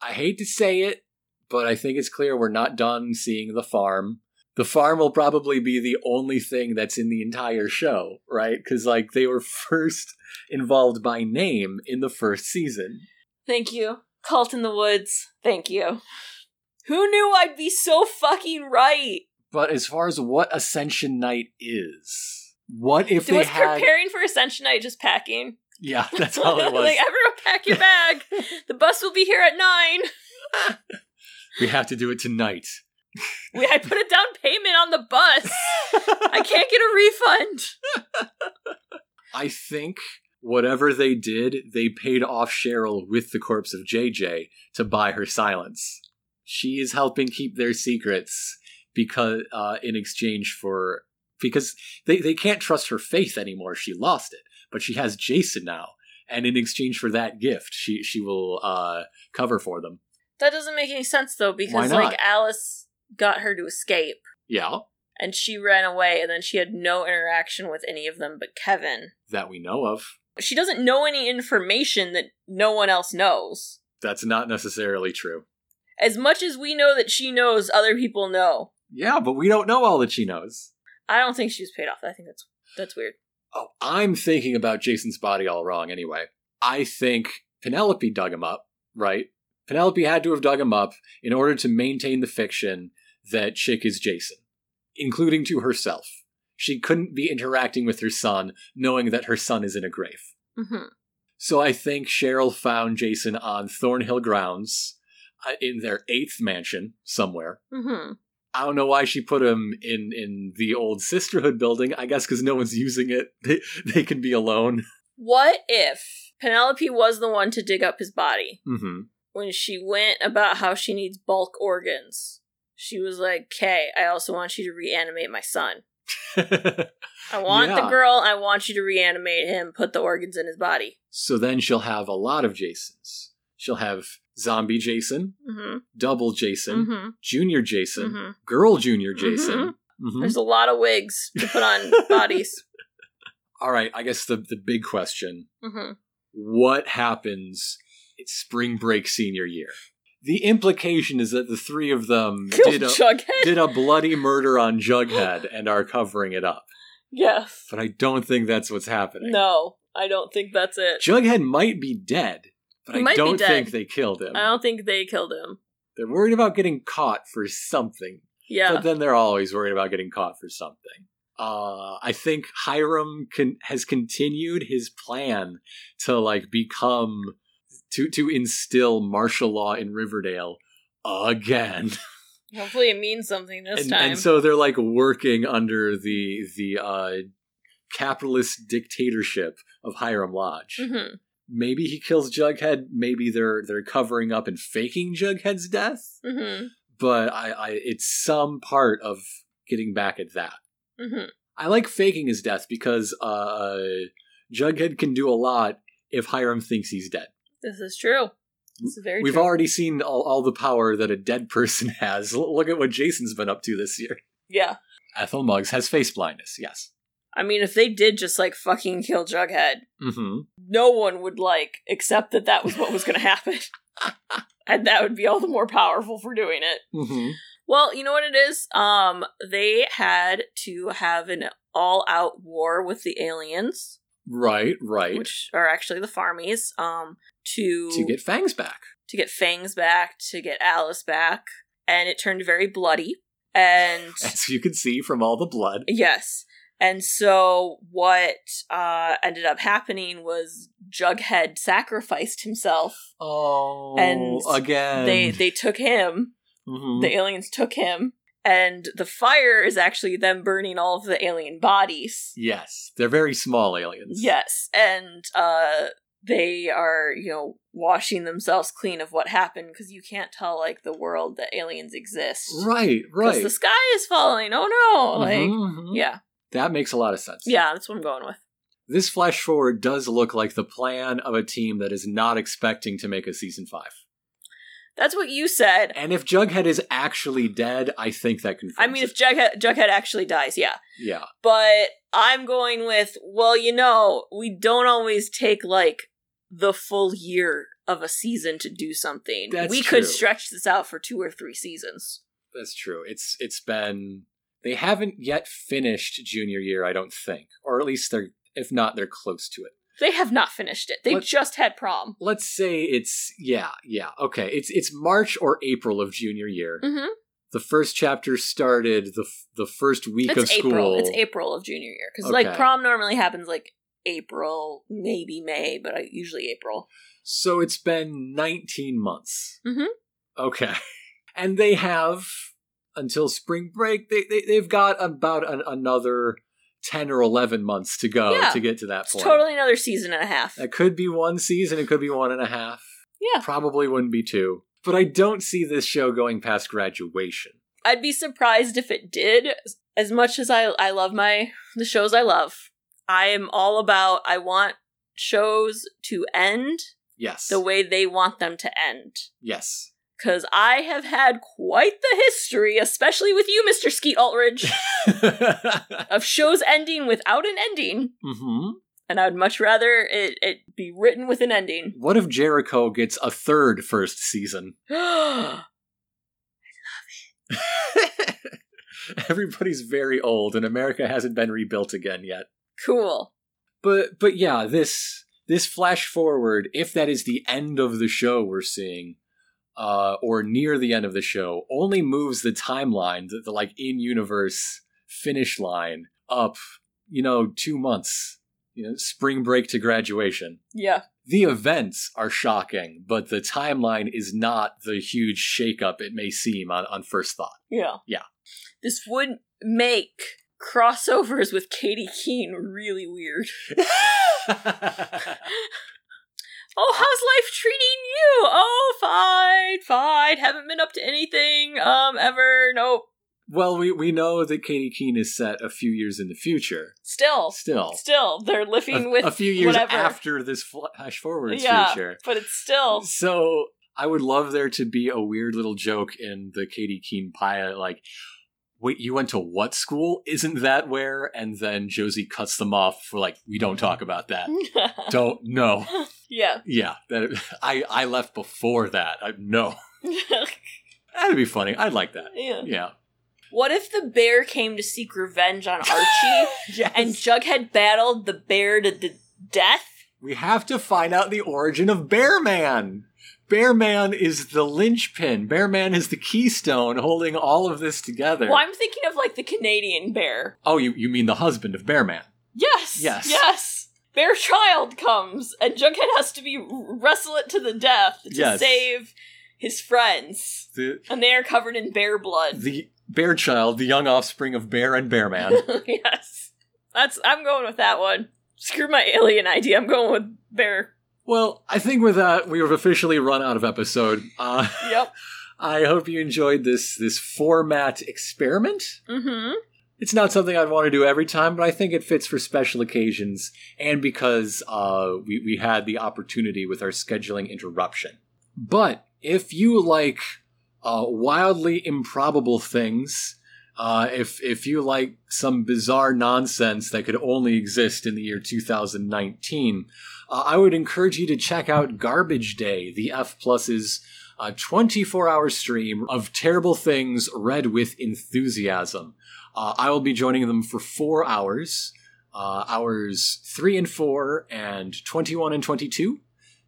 [SPEAKER 3] I hate to say it, but I think it's clear we're not done seeing the farm. The farm will probably be the only thing that's in the entire show, right? Because like they were first involved by name in the first season.
[SPEAKER 2] Thank you. Cult in the Woods. Thank you. Who knew I'd be so fucking right?
[SPEAKER 3] But as far as what Ascension Night is, what if
[SPEAKER 2] It
[SPEAKER 3] they
[SPEAKER 2] was
[SPEAKER 3] had?
[SPEAKER 2] preparing for Ascension Night just packing.
[SPEAKER 3] yeah, that's all it was.
[SPEAKER 2] like, everyone pack your bag. the bus will be here at nine.
[SPEAKER 3] we have to do it tonight.
[SPEAKER 2] We, I put a down payment on the bus. I can't get a refund.
[SPEAKER 3] I think whatever they did, they paid off Cheryl with the corpse of JJ to buy her silence. She is helping keep their secrets because uh, in exchange for because they, they can't trust her faith anymore. She lost it, but she has Jason now, and in exchange for that gift, she she will uh, cover for them.
[SPEAKER 2] That doesn't make any sense though, because
[SPEAKER 3] not?
[SPEAKER 2] like Alice got her to escape
[SPEAKER 3] Yeah,
[SPEAKER 2] and she ran away and then she had no interaction with any of them but Kevin.
[SPEAKER 3] that we know of.
[SPEAKER 2] She doesn't know any information that no one else knows.
[SPEAKER 3] That's not necessarily true.
[SPEAKER 2] As much as we know that she knows, other people know.
[SPEAKER 3] Yeah, but we don't know all that she knows.
[SPEAKER 2] I don't think she was paid off. I think that's that's weird.
[SPEAKER 3] Oh, I'm thinking about Jason's body all wrong anyway. I think Penelope dug him up, right? Penelope had to have dug him up in order to maintain the fiction that Chick is Jason, including to herself. She couldn't be interacting with her son knowing that her son is in a grave.
[SPEAKER 2] hmm
[SPEAKER 3] So I think Cheryl found Jason on Thornhill grounds uh, in their eighth mansion somewhere.
[SPEAKER 2] hmm
[SPEAKER 3] I don't know why she put him in in the old sisterhood building. I guess because no one's using it. They, they can be alone.
[SPEAKER 2] What if Penelope was the one to dig up his body
[SPEAKER 3] Mm-hmm.
[SPEAKER 2] when she went about how she needs bulk organs? She was like, "Okay, I also want you to reanimate my son." I want
[SPEAKER 3] Yeah.
[SPEAKER 2] the girl. I want you to reanimate him. Put the organs in his body.
[SPEAKER 3] so then she'll have a lot of Jasons. She'll have zombie Jason,
[SPEAKER 2] Mm-hmm.
[SPEAKER 3] double Jason,
[SPEAKER 2] Mm-hmm.
[SPEAKER 3] junior Jason,
[SPEAKER 2] Mhm.
[SPEAKER 3] girl junior Jason, Mhm.
[SPEAKER 2] There's a lot of wigs to put on bodies.
[SPEAKER 3] All right, I guess the, the big question
[SPEAKER 2] hmm
[SPEAKER 3] what happens at spring break senior year? The implication is that the three of them
[SPEAKER 2] Kill
[SPEAKER 3] did a,
[SPEAKER 2] Jughead.
[SPEAKER 3] did a bloody murder on Jughead and are covering it up.
[SPEAKER 2] yes.
[SPEAKER 3] But I don't think that's what's happening.
[SPEAKER 2] No, I don't think that's it.
[SPEAKER 3] Jughead might be dead, but
[SPEAKER 2] He
[SPEAKER 3] I
[SPEAKER 2] might be
[SPEAKER 3] don't
[SPEAKER 2] dead. Uh,
[SPEAKER 3] think they killed him.
[SPEAKER 2] I don't think they killed him.
[SPEAKER 3] They're worried about getting caught for something.
[SPEAKER 2] Yeah.
[SPEAKER 3] But then they're always worried about getting caught for something. Uh, I think Hiram con- has continued his plan to like become to to instill martial law in Riverdale again,
[SPEAKER 2] Hopefully it means something this
[SPEAKER 3] and,
[SPEAKER 2] time.
[SPEAKER 3] and so they're like working under the the uh, capitalist dictatorship of Hiram Lodge.
[SPEAKER 2] Mhm.
[SPEAKER 3] Maybe he kills Jughead. Maybe they're they're covering up and faking Jughead's death.
[SPEAKER 2] Mhm.
[SPEAKER 3] But I, I it's some part of getting back at that.
[SPEAKER 2] Mhm.
[SPEAKER 3] I like faking his death because uh, Jughead can do a lot if Hiram thinks he's dead.
[SPEAKER 2] This is true. This is very
[SPEAKER 3] We've
[SPEAKER 2] true.
[SPEAKER 3] already seen all, all the power that a dead person has. L- look at what Jason's been up to this year.
[SPEAKER 2] yeah.
[SPEAKER 3] Ethel Muggs has face blindness, yes.
[SPEAKER 2] I mean, if they did just like fucking kill Jughead,
[SPEAKER 3] Mm-hmm.
[SPEAKER 2] no one would like accept that that was what was going to happen. and that would be all the more powerful for doing it.
[SPEAKER 3] Mm-hmm.
[SPEAKER 2] Well, you know what it is? Um they had to have an all-out war with the aliens,
[SPEAKER 3] Right, right.
[SPEAKER 2] which are actually the farmies, um to
[SPEAKER 3] to get Fangs back.
[SPEAKER 2] to get Fangs back, to get Alice back, and it turned very bloody. And
[SPEAKER 3] As you can see from all the blood.
[SPEAKER 2] Yes. And so what uh ended up happening was Jughead sacrificed himself.
[SPEAKER 3] Oh,
[SPEAKER 2] And
[SPEAKER 3] again.
[SPEAKER 2] They they took him.
[SPEAKER 3] Mhm.
[SPEAKER 2] The aliens took him. And the fire is actually them burning all of the alien bodies.
[SPEAKER 3] yes, they're very small aliens.
[SPEAKER 2] Yes. And uh they are, you know, washing themselves clean of what happened because you can't tell like the world that aliens exist.
[SPEAKER 3] Right,
[SPEAKER 2] Because
[SPEAKER 3] right.
[SPEAKER 2] the sky is falling. Oh no. Like
[SPEAKER 3] Mhm, mhm.
[SPEAKER 2] yeah.
[SPEAKER 3] That makes a lot of sense.
[SPEAKER 2] Yeah, that's what I'm going with.
[SPEAKER 3] This flash forward does look like the plan of a team that is not expecting to make a season five.
[SPEAKER 2] That's what you said.
[SPEAKER 3] And if Jughead is actually dead, I think that confirms.
[SPEAKER 2] I mean, if
[SPEAKER 3] it.
[SPEAKER 2] Jughead, Jughead actually dies, yeah.
[SPEAKER 3] yeah,
[SPEAKER 2] But I'm going with, well, you know, we don't always take like the full year of a season to do something.
[SPEAKER 3] That's
[SPEAKER 2] we
[SPEAKER 3] true.
[SPEAKER 2] could stretch this out for two or three seasons.
[SPEAKER 3] that's true. It's it's been they haven't yet finished junior year, I don't think, or at least they're if not they're close to it.
[SPEAKER 2] They have not finished it. They
[SPEAKER 3] What-
[SPEAKER 2] just had prom.
[SPEAKER 3] Let's say it's yeah yeah okay. It's it's March or April of junior year.
[SPEAKER 2] Mm-hmm.
[SPEAKER 3] The first chapter started the f- the first week of
[SPEAKER 2] It's
[SPEAKER 3] school.
[SPEAKER 2] April. It's April of junior year because like
[SPEAKER 3] Okay.
[SPEAKER 2] prom normally happens like April, maybe May, but I, usually April.
[SPEAKER 3] So it's been 19 months.
[SPEAKER 2] Mhm.
[SPEAKER 3] Okay. And they have, until spring break, they, they, they've got about an, another 10 or 11 months to go
[SPEAKER 2] Yeah.
[SPEAKER 3] to get to that
[SPEAKER 2] It's
[SPEAKER 3] point.
[SPEAKER 2] totally another season and a half.
[SPEAKER 3] That could be one season, it could be one and a half.
[SPEAKER 2] Yeah.
[SPEAKER 3] Probably wouldn't be two. But I don't see this show going past graduation.
[SPEAKER 2] I'd be surprised if it did. As much as I I love my the shows I love, I am all about I want shows to end
[SPEAKER 3] Yes.
[SPEAKER 2] the way they want them to end.
[SPEAKER 3] yes.
[SPEAKER 2] Cause I have had quite the history, especially with you, Mr. Skeet Altridge,
[SPEAKER 3] mm-hmm.
[SPEAKER 2] of shows ending without an ending. And I would much rather it, it be written with an ending.
[SPEAKER 3] What if Jericho gets a third first season?
[SPEAKER 2] I love it.
[SPEAKER 3] Everybody's very old, and America hasn't been rebuilt again yet.
[SPEAKER 2] cool.
[SPEAKER 3] but but yeah this this flash forward if that is the end of the show we're seeing uh or near the end of the show only moves the timeline the, the like in universe finish line up you know 2 months you know spring break to graduation
[SPEAKER 2] Yeah.
[SPEAKER 3] the events are shocking but the timeline is not the huge shakeup it may seem on, on first thought
[SPEAKER 2] Yeah.
[SPEAKER 3] Yeah.
[SPEAKER 2] This would make crossovers with Katie Keene really weird. Oh, how's life treating you? Oh, fine, fine. Haven't been up to anything um ever. Nope.
[SPEAKER 3] well we we know that katie keene is set a few years in the future
[SPEAKER 2] Still.
[SPEAKER 3] still
[SPEAKER 2] Still, they're living
[SPEAKER 3] a,
[SPEAKER 2] with
[SPEAKER 3] a few years
[SPEAKER 2] whatever.
[SPEAKER 3] after this flash forwards
[SPEAKER 2] yeah,
[SPEAKER 3] feature.
[SPEAKER 2] but it's still
[SPEAKER 3] So I would love there to be a weird little joke in the Katie Keene pilot, like wait, you went to what school? Isn't that where? And then Josie cuts them off for like, we don't talk about that. don't, no.
[SPEAKER 2] yeah.
[SPEAKER 3] Yeah, that, I, I left before that. I, no. That'd be funny. I'd like that.
[SPEAKER 2] yeah.
[SPEAKER 3] Yeah.
[SPEAKER 2] What if the bear came to seek revenge on Archie
[SPEAKER 3] Yes.
[SPEAKER 2] and Jughead battled the bear to the death?
[SPEAKER 3] we have to find out the origin of Bearman. Bearman is the linchpin. Bearman is the keystone holding all of this together.
[SPEAKER 2] Well, I'm thinking of like the Canadian bear.
[SPEAKER 3] Oh, you, you mean the husband of Bearman?
[SPEAKER 2] Yes.
[SPEAKER 3] Yes.
[SPEAKER 2] Yes. Bear child comes and Jughead has to be wrestle it to the death to
[SPEAKER 3] Yes.
[SPEAKER 2] save his friends.
[SPEAKER 3] The
[SPEAKER 2] And they are covered in bear blood.
[SPEAKER 3] the bear child, the young offspring of Bear and Bearman.
[SPEAKER 2] yes. That's I'm going with that one. Screw my alien idea. I'm going with bear.
[SPEAKER 3] well, I think with that we have officially run out of episode. Uh,
[SPEAKER 2] Yep.
[SPEAKER 3] I hope you enjoyed this this format experiment.
[SPEAKER 2] mm-hmm.
[SPEAKER 3] It's not something I'd want to do every time, but I think it fits for special occasions and because uh, we, we had the opportunity with our scheduling interruption. But if you like uh, wildly improbable things, uh, if, if you like some bizarre nonsense that could only exist in the year 2019, uh, I would encourage you to check out Garbage Day, the F Plus's uh, 24 hour stream of terrible things read with enthusiasm. Uh, I will be joining them for four hours, uh, hours three and four, and 21 and 22.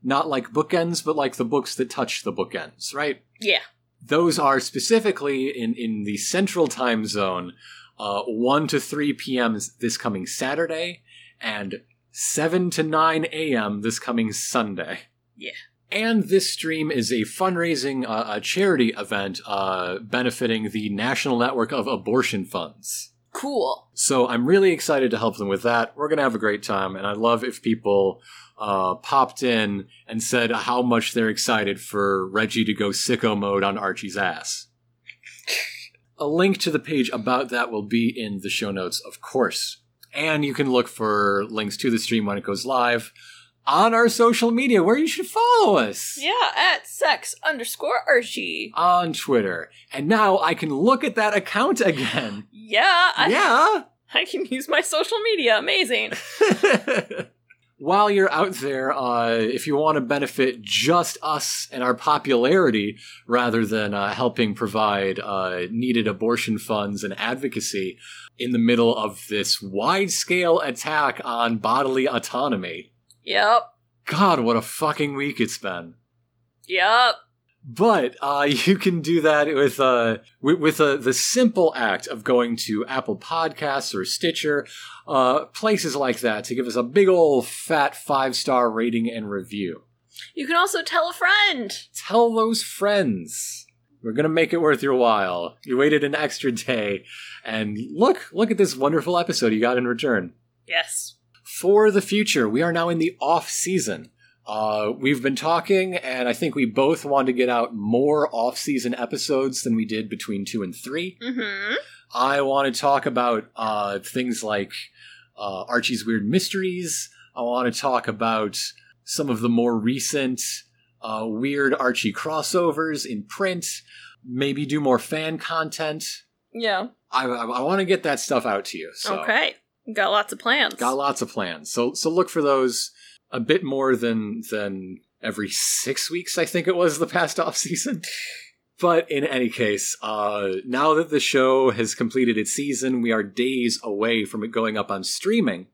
[SPEAKER 3] Not like bookends, but like the books that touch the bookends, right?
[SPEAKER 2] Yeah.
[SPEAKER 3] Those are specifically in, in the central time zone, uh, 1 to 3 p.m. this coming Saturday, and 7 to 9 a.m. this coming Sunday.
[SPEAKER 2] Yeah.
[SPEAKER 3] And this stream is a fundraising, uh, a charity event uh, benefiting the National Network of Abortion Funds.
[SPEAKER 2] Cool.
[SPEAKER 3] So I'm really excited to help them with that. We're going to have a great time. And I'd love if people uh, popped in and said how much they're excited for Reggie to go sicko mode on Archie's ass. a link to the page about that will be in the show notes, of course. And you can look for links to the stream when it goes live on our social media where you should follow us
[SPEAKER 2] Yeah, at sex underscore Archie.
[SPEAKER 3] on Twitter. And now I can look at that account again.
[SPEAKER 2] Yeah, I,
[SPEAKER 3] yeah.
[SPEAKER 2] I can use my social media. Amazing.
[SPEAKER 3] While you're out there, uh, if you want to benefit just us and our popularity rather than uh, helping provide uh, needed abortion funds and advocacy in the middle of this wide scale attack on bodily autonomy,
[SPEAKER 2] Yep.
[SPEAKER 3] God, what a fucking week it's been.
[SPEAKER 2] Yep.
[SPEAKER 3] But uh, you can do that with uh, with, with uh, the simple act of going to Apple Podcasts or Stitcher, uh, places like that, to give us a big old fat five star rating and review.
[SPEAKER 2] You can also tell a friend.
[SPEAKER 3] Tell those friends. We're gonna make it worth your while. You waited an extra day, and look, look at this wonderful episode you got in return
[SPEAKER 2] Yes.
[SPEAKER 3] for the future. We are now in the off season. Uh, we've been talking, and I think we both want to get out more off season episodes than we did between two and three.
[SPEAKER 2] Mm-hmm.
[SPEAKER 3] I want to talk about uh, things like uh, Archie's Weird Mysteries. I want to talk about some of the more recent uh, weird Archie crossovers in print, maybe do more fan content.
[SPEAKER 2] Yeah.
[SPEAKER 3] I, I, I want to get that stuff out to you. So.
[SPEAKER 2] Okay. Got lots of plans.
[SPEAKER 3] Got lots of plans. So so look for those a bit more than than every six weeks, I think it was the past off season. But in any case, uh, now that the show has completed its season, we are days away from it going up on streaming.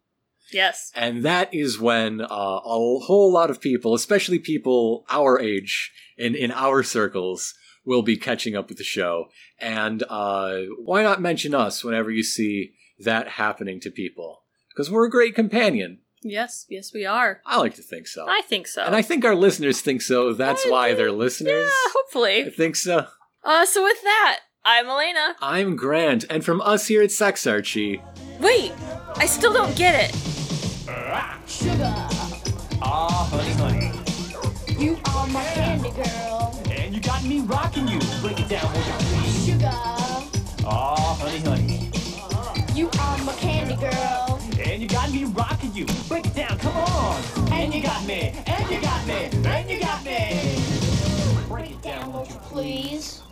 [SPEAKER 2] yes.
[SPEAKER 3] And that is when uh, a whole lot of people, especially people our age in, in our circles, will be catching up with the show. And uh, why not mention us whenever you see that happening to people? Because we're a great companion.
[SPEAKER 2] Yes. Yes, we are.
[SPEAKER 3] I like to think so.
[SPEAKER 2] I think so.
[SPEAKER 3] and I think our listeners think so. That's
[SPEAKER 2] I
[SPEAKER 3] why
[SPEAKER 2] think-
[SPEAKER 3] they're
[SPEAKER 2] yeah,
[SPEAKER 3] listeners. I
[SPEAKER 2] hopefully.
[SPEAKER 3] think so.
[SPEAKER 2] Uh, so with that, I'm Elena.
[SPEAKER 3] I'm Grant, and from us here at Sex Archie,
[SPEAKER 2] Wait, I still don't get it.
[SPEAKER 1] Ah, honey, honey.
[SPEAKER 7] You are my candy girl,
[SPEAKER 1] And you got me rocking you. Break it down, will you please?
[SPEAKER 7] sugar.
[SPEAKER 1] Ah, honey, honey.
[SPEAKER 7] You are my candy girl.
[SPEAKER 1] And you got me rocking you. Break it down, come on. And you got me. And you got me. And you got me. Break it down, will you
[SPEAKER 7] Please.